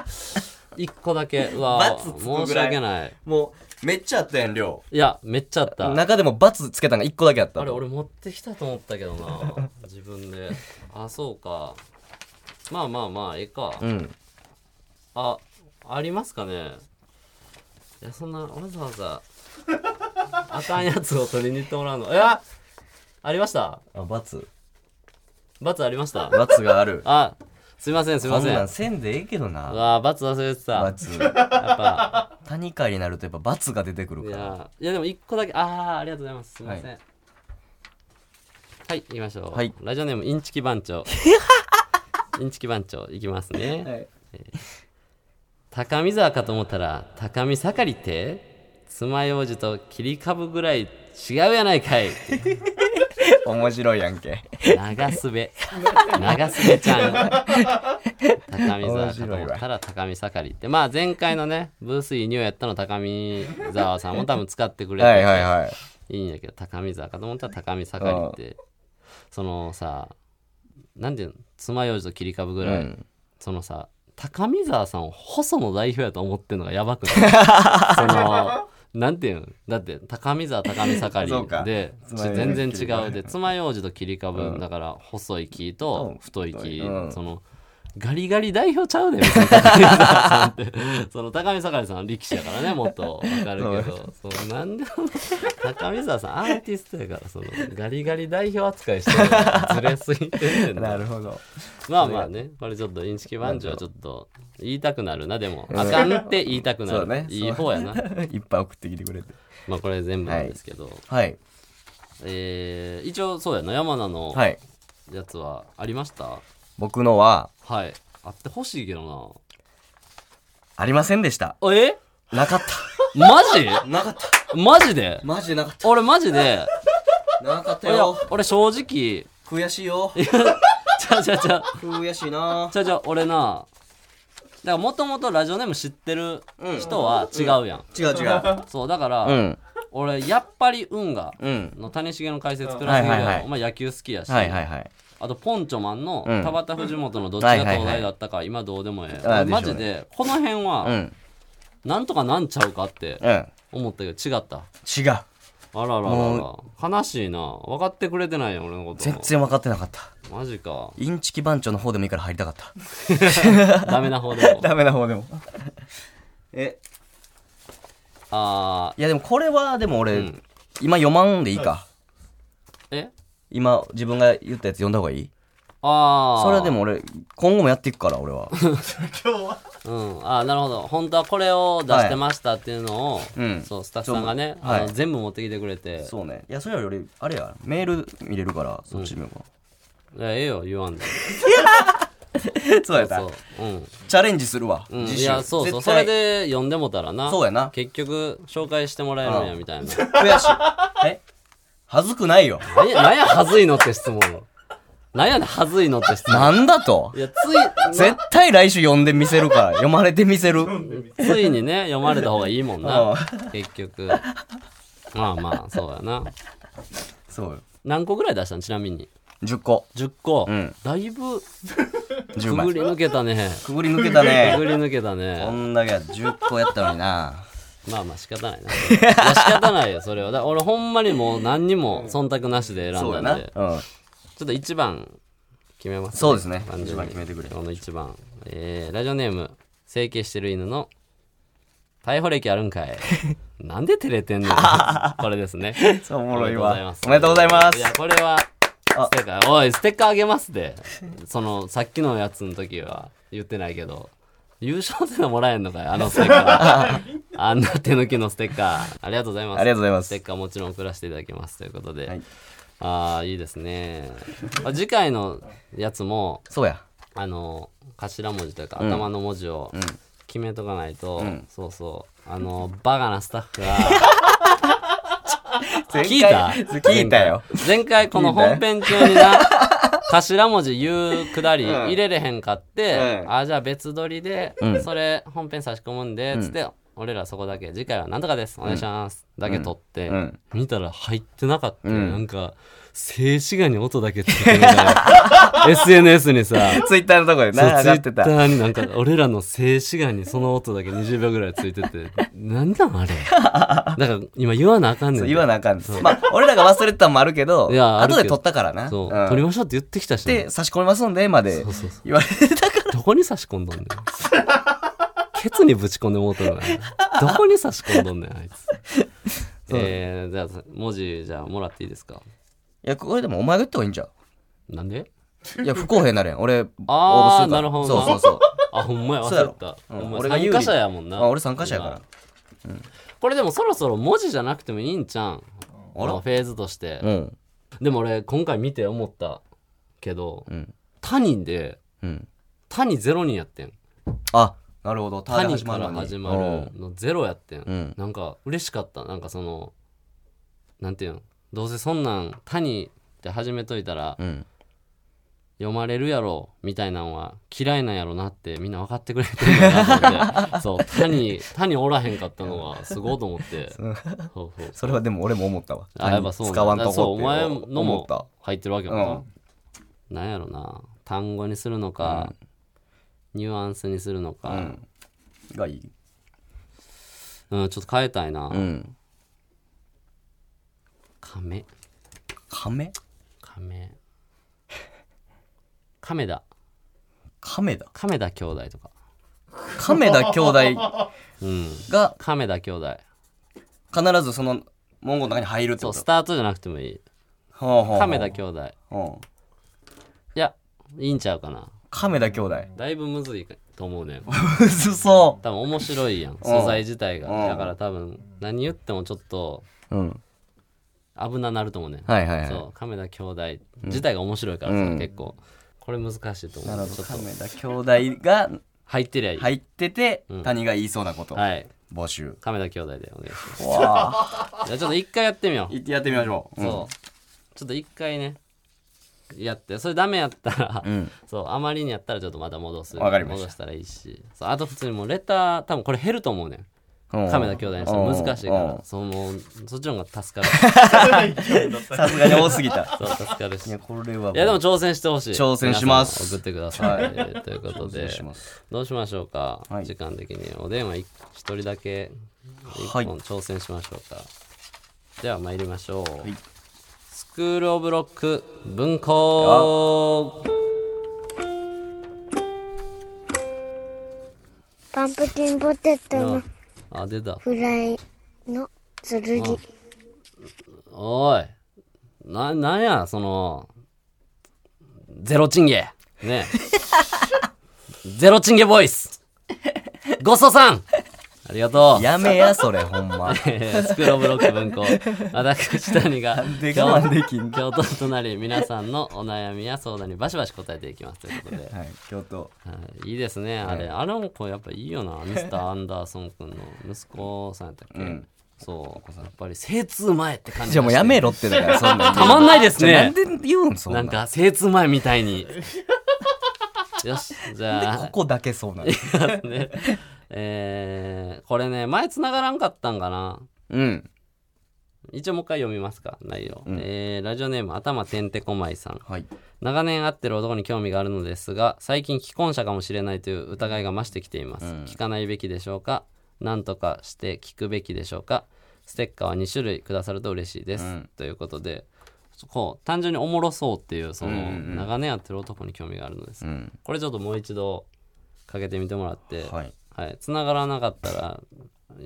[SPEAKER 1] けど一個だけうわ
[SPEAKER 2] バツつくぐらい
[SPEAKER 1] 申し訳ない
[SPEAKER 2] もうめっちゃあったやん量
[SPEAKER 1] いやめっちゃあった
[SPEAKER 2] 中でもバツつけたのが1個だけあった
[SPEAKER 1] あれ俺持ってきたと思ったけどな自分であそうかまあまあまあええか、
[SPEAKER 2] うん
[SPEAKER 1] あありますかねいやそんなわざわざあかんやつを取りに行ってもらうのいやありました
[SPEAKER 2] あバツ
[SPEAKER 1] バツありました
[SPEAKER 2] バツがある
[SPEAKER 1] [LAUGHS] あすいませんすい
[SPEAKER 2] こん
[SPEAKER 1] ません
[SPEAKER 2] なん
[SPEAKER 1] う
[SPEAKER 2] せんでええけどな
[SPEAKER 1] わバツ忘れてたや
[SPEAKER 2] バ
[SPEAKER 1] っ
[SPEAKER 2] ツ
[SPEAKER 1] ぱ
[SPEAKER 2] 谷川になるとやっぱバツが出てくる
[SPEAKER 1] い
[SPEAKER 2] から
[SPEAKER 1] やいやでも一個だけああありがとうございますすみませんは、
[SPEAKER 2] はい
[SPEAKER 1] 行きましょう、
[SPEAKER 2] はい
[SPEAKER 1] ラジオネームインチキ
[SPEAKER 2] [LAUGHS]
[SPEAKER 1] 番長インチキ番長いきますね、
[SPEAKER 2] はい
[SPEAKER 1] えー高見沢かと思ったら高見盛りって爪楊枝と切り株ぐらい違うやないかい
[SPEAKER 2] 面白いやんけ [LAUGHS]
[SPEAKER 1] 長すべ長すべちゃん高見沢
[SPEAKER 2] 面
[SPEAKER 1] か
[SPEAKER 2] 白い
[SPEAKER 1] と
[SPEAKER 2] わ
[SPEAKER 1] 思ったら高見盛りってまあ前回のねブースイニューやったの高見沢さんも多分使ってくれて
[SPEAKER 2] はいはいはい。
[SPEAKER 1] いいんやけど高見沢かと思ったら高見盛りってそのさなんていうの爪楊枝と切り株ぐ
[SPEAKER 2] う
[SPEAKER 1] らい、
[SPEAKER 2] ん。
[SPEAKER 1] そのさ高見沢さんを細野代表やと思ってるのがやばく [LAUGHS] ないそのなんていうのだって高見沢高見
[SPEAKER 2] そ
[SPEAKER 1] 盛
[SPEAKER 2] う
[SPEAKER 1] り
[SPEAKER 2] か
[SPEAKER 1] で
[SPEAKER 2] 爪楊枝
[SPEAKER 1] 全然
[SPEAKER 2] 切り
[SPEAKER 1] 違う
[SPEAKER 2] 株
[SPEAKER 1] で爪楊枝と切り株、だから細い木と
[SPEAKER 2] うん
[SPEAKER 1] 太い木、
[SPEAKER 2] うん
[SPEAKER 1] そのガリガリ代表ちゃうで別に高見沢さんって [LAUGHS] その高見盛りさんは力士やからねもっとわかるけどそのなんで高見沢さんアーティストやからそのガリガリ代表扱いしてるからずれすぎてんねんな
[SPEAKER 2] なるほど。
[SPEAKER 1] まあまあね、これちょっとインチキ番長はちょっと言いたくなるな、でも。あかんって言いたくな
[SPEAKER 2] そう
[SPEAKER 1] る。
[SPEAKER 2] ね
[SPEAKER 1] いい方やな。
[SPEAKER 2] [LAUGHS] いっぱい送ってきてくれて。
[SPEAKER 1] まあこれ全部なんですけど。
[SPEAKER 2] はい。
[SPEAKER 1] えー、一応そうやな、山名の
[SPEAKER 2] はい。
[SPEAKER 1] やつはありました
[SPEAKER 2] 僕のは、
[SPEAKER 1] はい。あってほしいけど
[SPEAKER 2] ありませんでした。
[SPEAKER 1] な。え
[SPEAKER 2] なかっ
[SPEAKER 1] マジ
[SPEAKER 2] た。なかった。
[SPEAKER 1] マジで
[SPEAKER 2] [LAUGHS] マジでなかっ
[SPEAKER 1] 俺マジで、
[SPEAKER 2] た。なかった
[SPEAKER 1] いや。俺正直、
[SPEAKER 2] 悔しいよ。
[SPEAKER 1] ちゃうちゃうちゃう、
[SPEAKER 2] 悔しいな。
[SPEAKER 1] ちゃうちゃう、俺な、だからもともとラジオネーム知ってる人は違うやん。
[SPEAKER 2] 違う違う。
[SPEAKER 1] そう、だから、
[SPEAKER 2] うん。
[SPEAKER 1] 俺やっぱり運が、
[SPEAKER 2] うん。
[SPEAKER 1] の谷繁の解説クラスで、
[SPEAKER 2] はいはいはい
[SPEAKER 1] お前野球好きやし、
[SPEAKER 2] はいはいはい。
[SPEAKER 1] あとポンチョマンの
[SPEAKER 2] うん
[SPEAKER 1] 田畑藤本のどっちが東大だったか今どうでもええ、俺マ
[SPEAKER 2] で
[SPEAKER 1] ジ
[SPEAKER 2] し
[SPEAKER 1] でこの辺
[SPEAKER 2] う
[SPEAKER 1] は
[SPEAKER 2] ん。
[SPEAKER 1] なんとかなんちゃうかって
[SPEAKER 2] うん。
[SPEAKER 1] 思ったけど違った
[SPEAKER 2] 違う。
[SPEAKER 1] あらら
[SPEAKER 2] も
[SPEAKER 1] らら悲しいな分かってくれてないよ俺のこと
[SPEAKER 2] 全然分かってなかった。
[SPEAKER 1] マジか
[SPEAKER 2] インチキ番長の方でもいいから入りたかった。
[SPEAKER 1] ダメな
[SPEAKER 2] [LAUGHS]
[SPEAKER 1] 方でも
[SPEAKER 2] メな方でも。え、
[SPEAKER 1] あ
[SPEAKER 2] いやでもこれはでも俺、
[SPEAKER 1] ん
[SPEAKER 2] 今読まんでいいか。
[SPEAKER 1] ーえ
[SPEAKER 2] 今自分が言ったやつ読んだ方がいい
[SPEAKER 1] ああ
[SPEAKER 2] それはでも俺、今後もやっていくから俺は。
[SPEAKER 1] うん、あーなるほど本当はこれを出してましたっていうのを、
[SPEAKER 2] うん
[SPEAKER 1] そうスタッフさんがね、
[SPEAKER 2] そうはい
[SPEAKER 1] あの全部持ってきてくれて
[SPEAKER 2] そうね。いや、それより、あれや、メール見れるから、そっち見ようか。
[SPEAKER 1] いやええよ言わんで
[SPEAKER 2] そうやっ
[SPEAKER 1] [LAUGHS] そううん
[SPEAKER 2] チャレンジするわ。
[SPEAKER 1] うん、
[SPEAKER 2] 自
[SPEAKER 1] い
[SPEAKER 2] 習
[SPEAKER 1] やそうそう
[SPEAKER 2] 絶
[SPEAKER 1] そ
[SPEAKER 2] 対
[SPEAKER 1] れで読んでもたらな
[SPEAKER 2] そうやな
[SPEAKER 1] 結局紹介してもらえるんやみたいな
[SPEAKER 2] 悔しい。 [LAUGHS] え恥ずくないよ。
[SPEAKER 1] 何や何やはずいのって質問何やねんはずいのって質問
[SPEAKER 2] なんだと
[SPEAKER 1] いやつい
[SPEAKER 2] 絶対来週読んでみせるから、読まれてみせる。
[SPEAKER 1] ついにね読まれた方がいいもん
[SPEAKER 2] う
[SPEAKER 1] なん結局まあまあそうやな
[SPEAKER 2] そうよ。
[SPEAKER 1] 何個ぐらい出したんちなみに
[SPEAKER 2] 10個。
[SPEAKER 1] 10個、
[SPEAKER 2] うん
[SPEAKER 1] だいぶ
[SPEAKER 2] 10
[SPEAKER 1] く
[SPEAKER 2] 枚
[SPEAKER 1] ぐ。り抜けたね
[SPEAKER 2] くぐり抜けたね
[SPEAKER 1] く。ぐり抜けた
[SPEAKER 2] [LAUGHS] こ
[SPEAKER 1] ね
[SPEAKER 2] んだけ10個やったのにな。
[SPEAKER 1] まあまあ仕方ないないや仕方ないよそれはだから俺ほんまにもう何にも忖度なしで選んだんで
[SPEAKER 2] うん。
[SPEAKER 1] ちょっと一番決めます、
[SPEAKER 2] そうですね
[SPEAKER 1] 完全に
[SPEAKER 2] 一番決めてくれ
[SPEAKER 1] この一番。えー、ラジオネーム、整形してる犬の、逮捕歴あるんか
[SPEAKER 2] [LAUGHS]
[SPEAKER 1] い。なんで照れてんのこれですね。
[SPEAKER 2] そう、お
[SPEAKER 1] お
[SPEAKER 2] もろいわ。おめでとうございます
[SPEAKER 1] い。や、これは、ステッカー、おい、ステッカーあげますで。その、さっきのやつの時は言ってないけど、優勝ってのもらえんのかいあのステッカ
[SPEAKER 2] [LAUGHS]
[SPEAKER 1] ー。あんな手抜きのステッカー。ありがとうございます。
[SPEAKER 2] ありがとうございま
[SPEAKER 1] ステッ
[SPEAKER 2] す。
[SPEAKER 1] カーもちろん送らせていただきますということで、
[SPEAKER 2] はい
[SPEAKER 1] ああいいですねあ次回のやつも
[SPEAKER 2] そうや。
[SPEAKER 1] あの頭文字というか頭の文字を決めとかないと、そうそうあのバカなスタッフ
[SPEAKER 2] [LAUGHS]
[SPEAKER 1] が聞いた
[SPEAKER 2] 聞いたよ。
[SPEAKER 1] 前回この本編中にな [LAUGHS] 頭文字言うくだり入れれへんかって、
[SPEAKER 2] うん
[SPEAKER 1] あじゃあ別撮りで、
[SPEAKER 2] ん
[SPEAKER 1] それ本編差し込むんで、つって俺らそこだけ次回はなんとかですお願いします、だけ撮って、
[SPEAKER 2] うん
[SPEAKER 1] 見たら入ってなかったよ、
[SPEAKER 2] うん
[SPEAKER 1] なんか静止画に音だけつけてるみたい
[SPEAKER 2] [LAUGHS]
[SPEAKER 1] [LAUGHS] な SNS にさ
[SPEAKER 2] ツイッターのとこで
[SPEAKER 1] [LAUGHS] そう
[SPEAKER 2] な、上
[SPEAKER 1] ツイ
[SPEAKER 2] がって
[SPEAKER 1] ッタ
[SPEAKER 2] た。
[SPEAKER 1] ーにな
[SPEAKER 2] [LAUGHS]
[SPEAKER 1] んか俺らの静止画にその音だけ20秒ぐらいついててなんな
[SPEAKER 2] [LAUGHS]
[SPEAKER 1] んあれだから今言わなあかんねん
[SPEAKER 2] そう
[SPEAKER 1] て
[SPEAKER 2] 言わなあかんです。まあ、俺らが忘れてたのもあるけど、
[SPEAKER 1] いやあるけ
[SPEAKER 2] 後
[SPEAKER 1] ど
[SPEAKER 2] で撮ったからな。
[SPEAKER 1] そう、
[SPEAKER 2] ん
[SPEAKER 1] 撮りましょうって言ってきたしな
[SPEAKER 2] で、差し込みますんで、まで
[SPEAKER 1] そうそうそ
[SPEAKER 2] 言われてたから。
[SPEAKER 1] うどこに差し込ん
[SPEAKER 2] [LAUGHS]
[SPEAKER 1] どんねんケツにぶち込んでもうとるなどこに差し込んどんね
[SPEAKER 2] [LAUGHS]
[SPEAKER 1] んあいつえー、じゃあ文字じゃあもらっていいですか
[SPEAKER 2] いや、これでもお前が言った方がいいんじゃ
[SPEAKER 1] なんで
[SPEAKER 2] う。いや、不公平になるやん。俺、応募するから。
[SPEAKER 1] [LAUGHS] あーなるほど
[SPEAKER 2] そ
[SPEAKER 1] な
[SPEAKER 2] う
[SPEAKER 1] [LAUGHS]
[SPEAKER 2] そうそう。
[SPEAKER 1] あほんまや
[SPEAKER 2] そうや
[SPEAKER 1] 忘れ
[SPEAKER 2] ろ
[SPEAKER 1] た、
[SPEAKER 2] うん
[SPEAKER 1] お前
[SPEAKER 2] 俺が有
[SPEAKER 1] 参
[SPEAKER 2] 利
[SPEAKER 1] 加者やもんな
[SPEAKER 2] あ俺参加者やから
[SPEAKER 1] 今これでもそろそろ文字じゃなくてもいいんちゃうんこのフェーズとして、
[SPEAKER 2] うん。
[SPEAKER 1] でも俺今回見て思ったけど、
[SPEAKER 2] ん
[SPEAKER 1] 他人で
[SPEAKER 2] うん。
[SPEAKER 1] 他人ゼロ人やってん
[SPEAKER 2] あ、なるほど。
[SPEAKER 1] 他
[SPEAKER 2] 他
[SPEAKER 1] 人から始まるのゼロやってん、
[SPEAKER 2] ん
[SPEAKER 1] なんか嬉しかったなんかそのなんていうのどうせそんなん他人って始めといたら、
[SPEAKER 2] ん
[SPEAKER 1] 読まれるやろみたいなのは嫌いなんやろなってみんな分かってくれてるのかな [LAUGHS] と思ってそう他に他におらへんかったのはすごいと思ってそうそう
[SPEAKER 2] それはでも俺も思ったわ
[SPEAKER 1] あやっぱそうなんだ
[SPEAKER 2] 使わんとこって
[SPEAKER 1] そうお前の
[SPEAKER 2] 思った
[SPEAKER 1] も入ってるわけやもんな、なんやろな単語にするのか、ニュアンスにするのか、
[SPEAKER 2] がいい
[SPEAKER 1] うんちょっと変えたいな、
[SPEAKER 2] うん
[SPEAKER 1] 亀
[SPEAKER 2] 亀
[SPEAKER 1] 亀亀田
[SPEAKER 2] 亀だ
[SPEAKER 1] 亀田兄弟とか
[SPEAKER 2] 亀
[SPEAKER 1] [LAUGHS]
[SPEAKER 2] 田兄弟
[SPEAKER 1] うん
[SPEAKER 2] が
[SPEAKER 1] 亀田兄弟
[SPEAKER 2] 必ずその文言の中に入るって
[SPEAKER 1] そ
[SPEAKER 2] こ
[SPEAKER 1] う
[SPEAKER 2] と
[SPEAKER 1] スタートじゃなくてもいい
[SPEAKER 2] ほうほうほう
[SPEAKER 1] 亀田兄弟
[SPEAKER 2] うん
[SPEAKER 1] いやいいんちゃうかな
[SPEAKER 2] 亀田兄
[SPEAKER 1] [LAUGHS]
[SPEAKER 2] 弟
[SPEAKER 1] だいぶむずいと思うねん
[SPEAKER 2] うそそ
[SPEAKER 1] 多分面白いやん素材自体が
[SPEAKER 2] うん
[SPEAKER 1] だから多分何言ってもちょっと
[SPEAKER 2] うん
[SPEAKER 1] 危ななると思うねん
[SPEAKER 2] はいはいはい
[SPEAKER 1] そう亀田兄弟自体が面白いから
[SPEAKER 2] う
[SPEAKER 1] さ
[SPEAKER 2] ん
[SPEAKER 1] 結構これ難しいと
[SPEAKER 2] な
[SPEAKER 1] 思
[SPEAKER 2] る
[SPEAKER 1] う
[SPEAKER 2] ほ
[SPEAKER 1] ち
[SPEAKER 2] ど
[SPEAKER 1] ょっと
[SPEAKER 2] 亀田兄弟が
[SPEAKER 1] 入ってりゃいい
[SPEAKER 2] 入ってて谷が言いそうなこと
[SPEAKER 1] はい
[SPEAKER 2] 募集
[SPEAKER 1] 亀田兄弟でお願いします
[SPEAKER 2] わあ
[SPEAKER 1] じゃあちょっと一回やってみよう [LAUGHS]
[SPEAKER 2] 行ってやってみましょう
[SPEAKER 1] そう。ちょっと一回ね、やって、それダメやったら、
[SPEAKER 2] ん
[SPEAKER 1] そう、あまりにやったらちょっとまた戻す。
[SPEAKER 2] わかりました
[SPEAKER 1] 戻したらいいし。そうあと普通にもうレター、多分これ減ると思うねん。
[SPEAKER 2] うん
[SPEAKER 1] 亀田兄弟にしても難しいか
[SPEAKER 2] うん
[SPEAKER 1] ら、そうもうそっちの方が助
[SPEAKER 2] [LAUGHS]
[SPEAKER 1] かる。
[SPEAKER 2] さすがに多すぎた
[SPEAKER 1] そう、助かるし。
[SPEAKER 2] い
[SPEAKER 1] い
[SPEAKER 2] やこれは
[SPEAKER 1] や、でも挑戦してほしい。
[SPEAKER 2] 挑戦します
[SPEAKER 1] 皆さん送ってください。ということ
[SPEAKER 2] どう
[SPEAKER 1] で、
[SPEAKER 2] します
[SPEAKER 1] どうしましょうか、
[SPEAKER 2] はい
[SPEAKER 1] 時間的に。お電話一一人だけ、一
[SPEAKER 2] はい
[SPEAKER 1] 本挑戦しましょうか。では参りましょう。
[SPEAKER 2] い
[SPEAKER 1] スクールオブロック文庫
[SPEAKER 4] パンプキンポテトの
[SPEAKER 1] あ、出た。
[SPEAKER 4] フライの剣。
[SPEAKER 1] おい。な、なんや、その、ゼロチンゲ。
[SPEAKER 2] [LAUGHS]
[SPEAKER 1] ねえゼロチンゲボイス。ごちそうさんありがとう。
[SPEAKER 2] やめやそれほん [LAUGHS] ま
[SPEAKER 1] え [LAUGHS] ースクローブロック文
[SPEAKER 2] [LAUGHS]
[SPEAKER 1] 庫。私、谷が
[SPEAKER 2] で
[SPEAKER 1] 今
[SPEAKER 2] 我慢
[SPEAKER 1] 日
[SPEAKER 2] できん
[SPEAKER 1] 京都となり、皆さんのお悩みや相談にバシバシ答えていきますということで。
[SPEAKER 2] はい京都
[SPEAKER 1] はいいいですね、あれ。あれもこうやっぱいいよな、ミスター・アンダーソン君の息子さんやったっけ、そう、やっぱり精通前って感じがして。
[SPEAKER 2] じゃあもうやめろってだ [LAUGHS] からそんなん
[SPEAKER 1] たまんないです
[SPEAKER 2] じゃあな
[SPEAKER 1] ね
[SPEAKER 2] ん。で言うんそん
[SPEAKER 1] な
[SPEAKER 2] なん
[SPEAKER 1] んか精通前みたいに。よし、じゃ
[SPEAKER 2] こ
[SPEAKER 1] あ、
[SPEAKER 2] こだけそうなの
[SPEAKER 1] ね、えー、これね、前繋がらんかったんかな。
[SPEAKER 2] うん
[SPEAKER 1] 一応もう一回読みますか、内容。えー、ラジオネーム、頭てんてこまいさん。
[SPEAKER 2] はい
[SPEAKER 1] 長年会ってる男に興味があるのですが最近既婚者かもしれないという疑いが増してきています、聞かないべきでしょうか何とかして聞くべきでしょうかステッカーは2種類くださると嬉しいです、ということでこう単純におもろそうっていうその、長年会ってる男に興味があるのです、
[SPEAKER 2] ん
[SPEAKER 1] これちょっともう一度かけてみてもらって
[SPEAKER 2] は
[SPEAKER 1] はいい、繋がらなかったら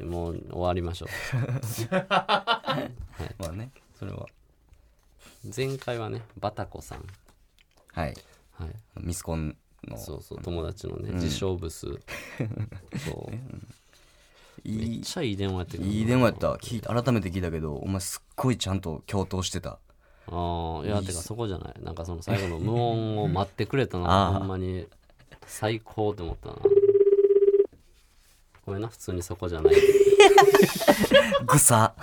[SPEAKER 1] もう終わりましょう
[SPEAKER 2] まあねそれは
[SPEAKER 1] 前回はねバタコさん
[SPEAKER 2] はい
[SPEAKER 1] はい
[SPEAKER 2] ミスコンの
[SPEAKER 1] そうそう友達のね、自称
[SPEAKER 2] [LAUGHS]
[SPEAKER 1] ブスそうめ
[SPEAKER 2] い
[SPEAKER 1] っ
[SPEAKER 2] い
[SPEAKER 1] ちゃいい電話やってくる
[SPEAKER 2] いい電話やった聞い改めて聞いたけどお前すっごいちゃんと共闘してた
[SPEAKER 1] ああいやてかそこじゃないなんかその最後の無音を待ってくれたのがほんまに最高って思ったなごめんな普通にそこじゃない
[SPEAKER 2] ぐさ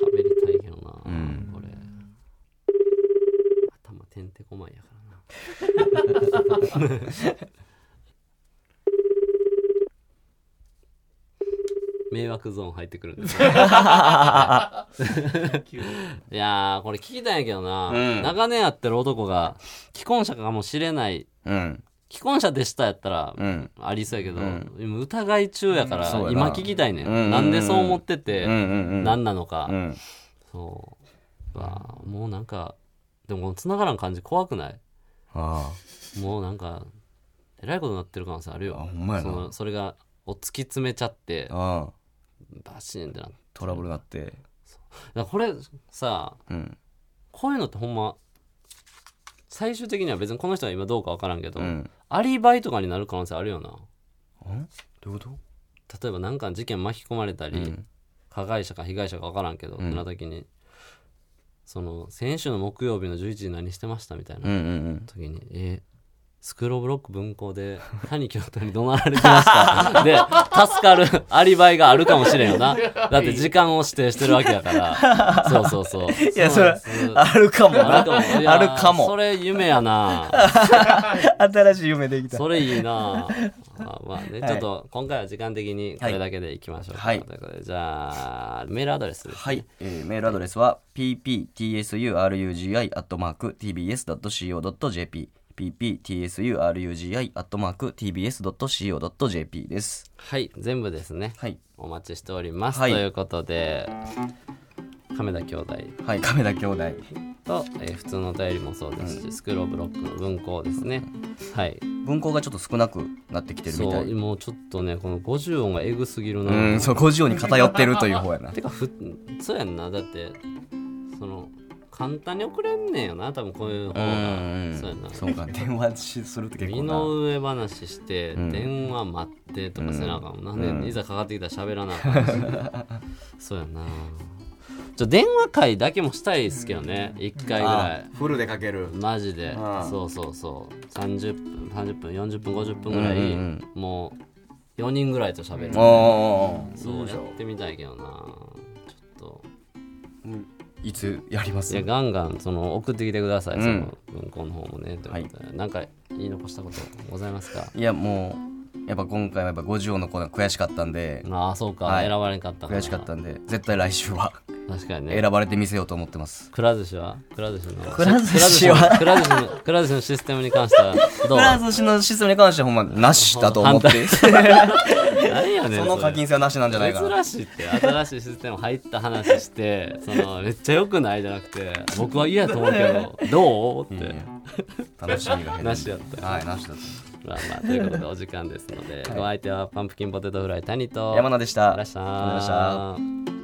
[SPEAKER 1] 喋りたいけどな、これ頭てんてこまいやからな [LAUGHS] 迷惑ゾーン入ってくる
[SPEAKER 2] [LAUGHS]
[SPEAKER 1] んですよいやーこれ聞きたいんやけどな、
[SPEAKER 2] うん
[SPEAKER 1] 長年やってる男が既婚者かもしれない
[SPEAKER 2] うん
[SPEAKER 1] 既婚者でしたやったら、
[SPEAKER 2] うん
[SPEAKER 1] ありそうやけど、今疑い中やから、
[SPEAKER 2] そうやな
[SPEAKER 1] 今聞きたいね、
[SPEAKER 2] うんうんうん
[SPEAKER 1] ん、なんでそう思ってて、
[SPEAKER 2] うんうんうん
[SPEAKER 1] 何なのか、
[SPEAKER 2] うん
[SPEAKER 1] そう。わあ、もうなんか、でもこの繋がらん感じ怖くない
[SPEAKER 2] あ
[SPEAKER 1] もうなんか、えらいことになってる可能性ある
[SPEAKER 2] ああ
[SPEAKER 1] よ
[SPEAKER 2] ほ。んまや
[SPEAKER 1] そ
[SPEAKER 2] な
[SPEAKER 1] のそれが、を突き詰めちゃって、
[SPEAKER 2] ああ
[SPEAKER 1] バシーンってなって。
[SPEAKER 2] トラブルなって
[SPEAKER 1] だからこれさ、
[SPEAKER 2] うん
[SPEAKER 1] こういうのってほんま、最終的には別にこの人は今どうかわからんけど、
[SPEAKER 2] うん
[SPEAKER 1] アリバイとかになる可能性あるよな。
[SPEAKER 2] どういうこ
[SPEAKER 1] 例えばなんか事件巻き込まれたり、加害者か被害者か分からんけど、そんな時にその先週の木曜日の11時何してましたみたいな
[SPEAKER 2] うんうん
[SPEAKER 1] 時に「えースクローブロック文庫で兄貴の人に怒鳴られてました。で、助かるアリバイがあるかもしれんよな。だって時間を指定してるわけやから。そうそうそう。
[SPEAKER 2] いや、それ
[SPEAKER 1] う、
[SPEAKER 2] あるかもな。
[SPEAKER 1] あるかもいや
[SPEAKER 2] あるか
[SPEAKER 1] そ
[SPEAKER 2] も。
[SPEAKER 1] れ夢やな。
[SPEAKER 2] 新しい夢できた。
[SPEAKER 1] それいいな。あまあね、
[SPEAKER 2] はい
[SPEAKER 1] ちょっと今回は時間的にこれだけでいきましょうか。
[SPEAKER 2] はい
[SPEAKER 1] ということで、じゃあ、メールアドレスですね
[SPEAKER 2] はい、えーメールアドレスは pptsurugi.tbs.co.jp pptsurugi.tbs.co.jp です。
[SPEAKER 1] はい、全部ですね。
[SPEAKER 2] はい。
[SPEAKER 1] お待ちしております。
[SPEAKER 2] はい
[SPEAKER 1] ということで、亀田兄弟
[SPEAKER 2] はい、亀田兄弟。
[SPEAKER 1] と、えー普通のお便りもそうですし、スクローブロックの文庫ですね。はい。
[SPEAKER 2] 文庫がちょっと少なくなってきてるみ
[SPEAKER 1] そ
[SPEAKER 2] た
[SPEAKER 1] う、
[SPEAKER 2] い。
[SPEAKER 1] もうちょっとね、この50音がエグすぎるな。
[SPEAKER 2] うん、そう、50音に偏ってるという方やな。
[SPEAKER 1] てかふ、そうやんな。だって、その、簡単に送れんねんよな、多分こういう方
[SPEAKER 2] う
[SPEAKER 1] が。
[SPEAKER 2] んうん、
[SPEAKER 1] そうやな
[SPEAKER 2] そうか、電話しすると結構
[SPEAKER 1] 身
[SPEAKER 2] な。
[SPEAKER 1] の上話して、
[SPEAKER 2] ん
[SPEAKER 1] 電話待ってとかせなあかんもんな、
[SPEAKER 2] うん
[SPEAKER 1] ねいざかかってきたら喋らなあかんし
[SPEAKER 2] [LAUGHS]
[SPEAKER 1] そうやなちょ電話会だけもしたいですけどね1回ぐらい
[SPEAKER 5] あフルでかける
[SPEAKER 1] マジで
[SPEAKER 5] あ
[SPEAKER 1] そうそうそう30分30分40分50分ぐらい、
[SPEAKER 2] うんうん
[SPEAKER 1] もう4人ぐらいと喋る
[SPEAKER 2] おー
[SPEAKER 1] そうやってみたいけどなちょっと
[SPEAKER 2] いつやります
[SPEAKER 1] いやガンガンその送ってきてください、
[SPEAKER 2] うん
[SPEAKER 1] その文庫の方もねということでなんか言い残したことございますか
[SPEAKER 2] いやもうやっぱ今回はやっぱ50音のコーナー悔しかったんで
[SPEAKER 1] ああそうか、
[SPEAKER 2] はい
[SPEAKER 1] 選ばれんかったら
[SPEAKER 2] 悔しかったんで絶対来週は
[SPEAKER 1] 確かにね
[SPEAKER 2] 選ばれてみせようと思ってます
[SPEAKER 1] くら寿司はくら寿司の
[SPEAKER 2] くら寿司は
[SPEAKER 1] くら寿司のくら寿司のシステムに関してはど
[SPEAKER 2] フ
[SPEAKER 1] う
[SPEAKER 2] ランス氏のシステムに関してはほんまなしだと思って [LAUGHS] そ
[SPEAKER 1] 何やねん
[SPEAKER 2] の
[SPEAKER 1] そ
[SPEAKER 2] 課
[SPEAKER 1] れ
[SPEAKER 2] 金性はなしなんじゃないかな
[SPEAKER 1] 珍しいって新しいシステム入った話
[SPEAKER 2] [LAUGHS]
[SPEAKER 1] してそのめっちゃ良くないじゃなくて僕は嫌やと思うけどどうって、
[SPEAKER 2] いや楽しみが減る
[SPEAKER 1] なしやったよ
[SPEAKER 2] はい [LAUGHS] なしだっ
[SPEAKER 1] まあまあということでお時間ですので、お相手はパンプキンポテトフライ谷と
[SPEAKER 2] た山名でした
[SPEAKER 1] いらっし
[SPEAKER 2] ありがとうございま
[SPEAKER 1] ゃい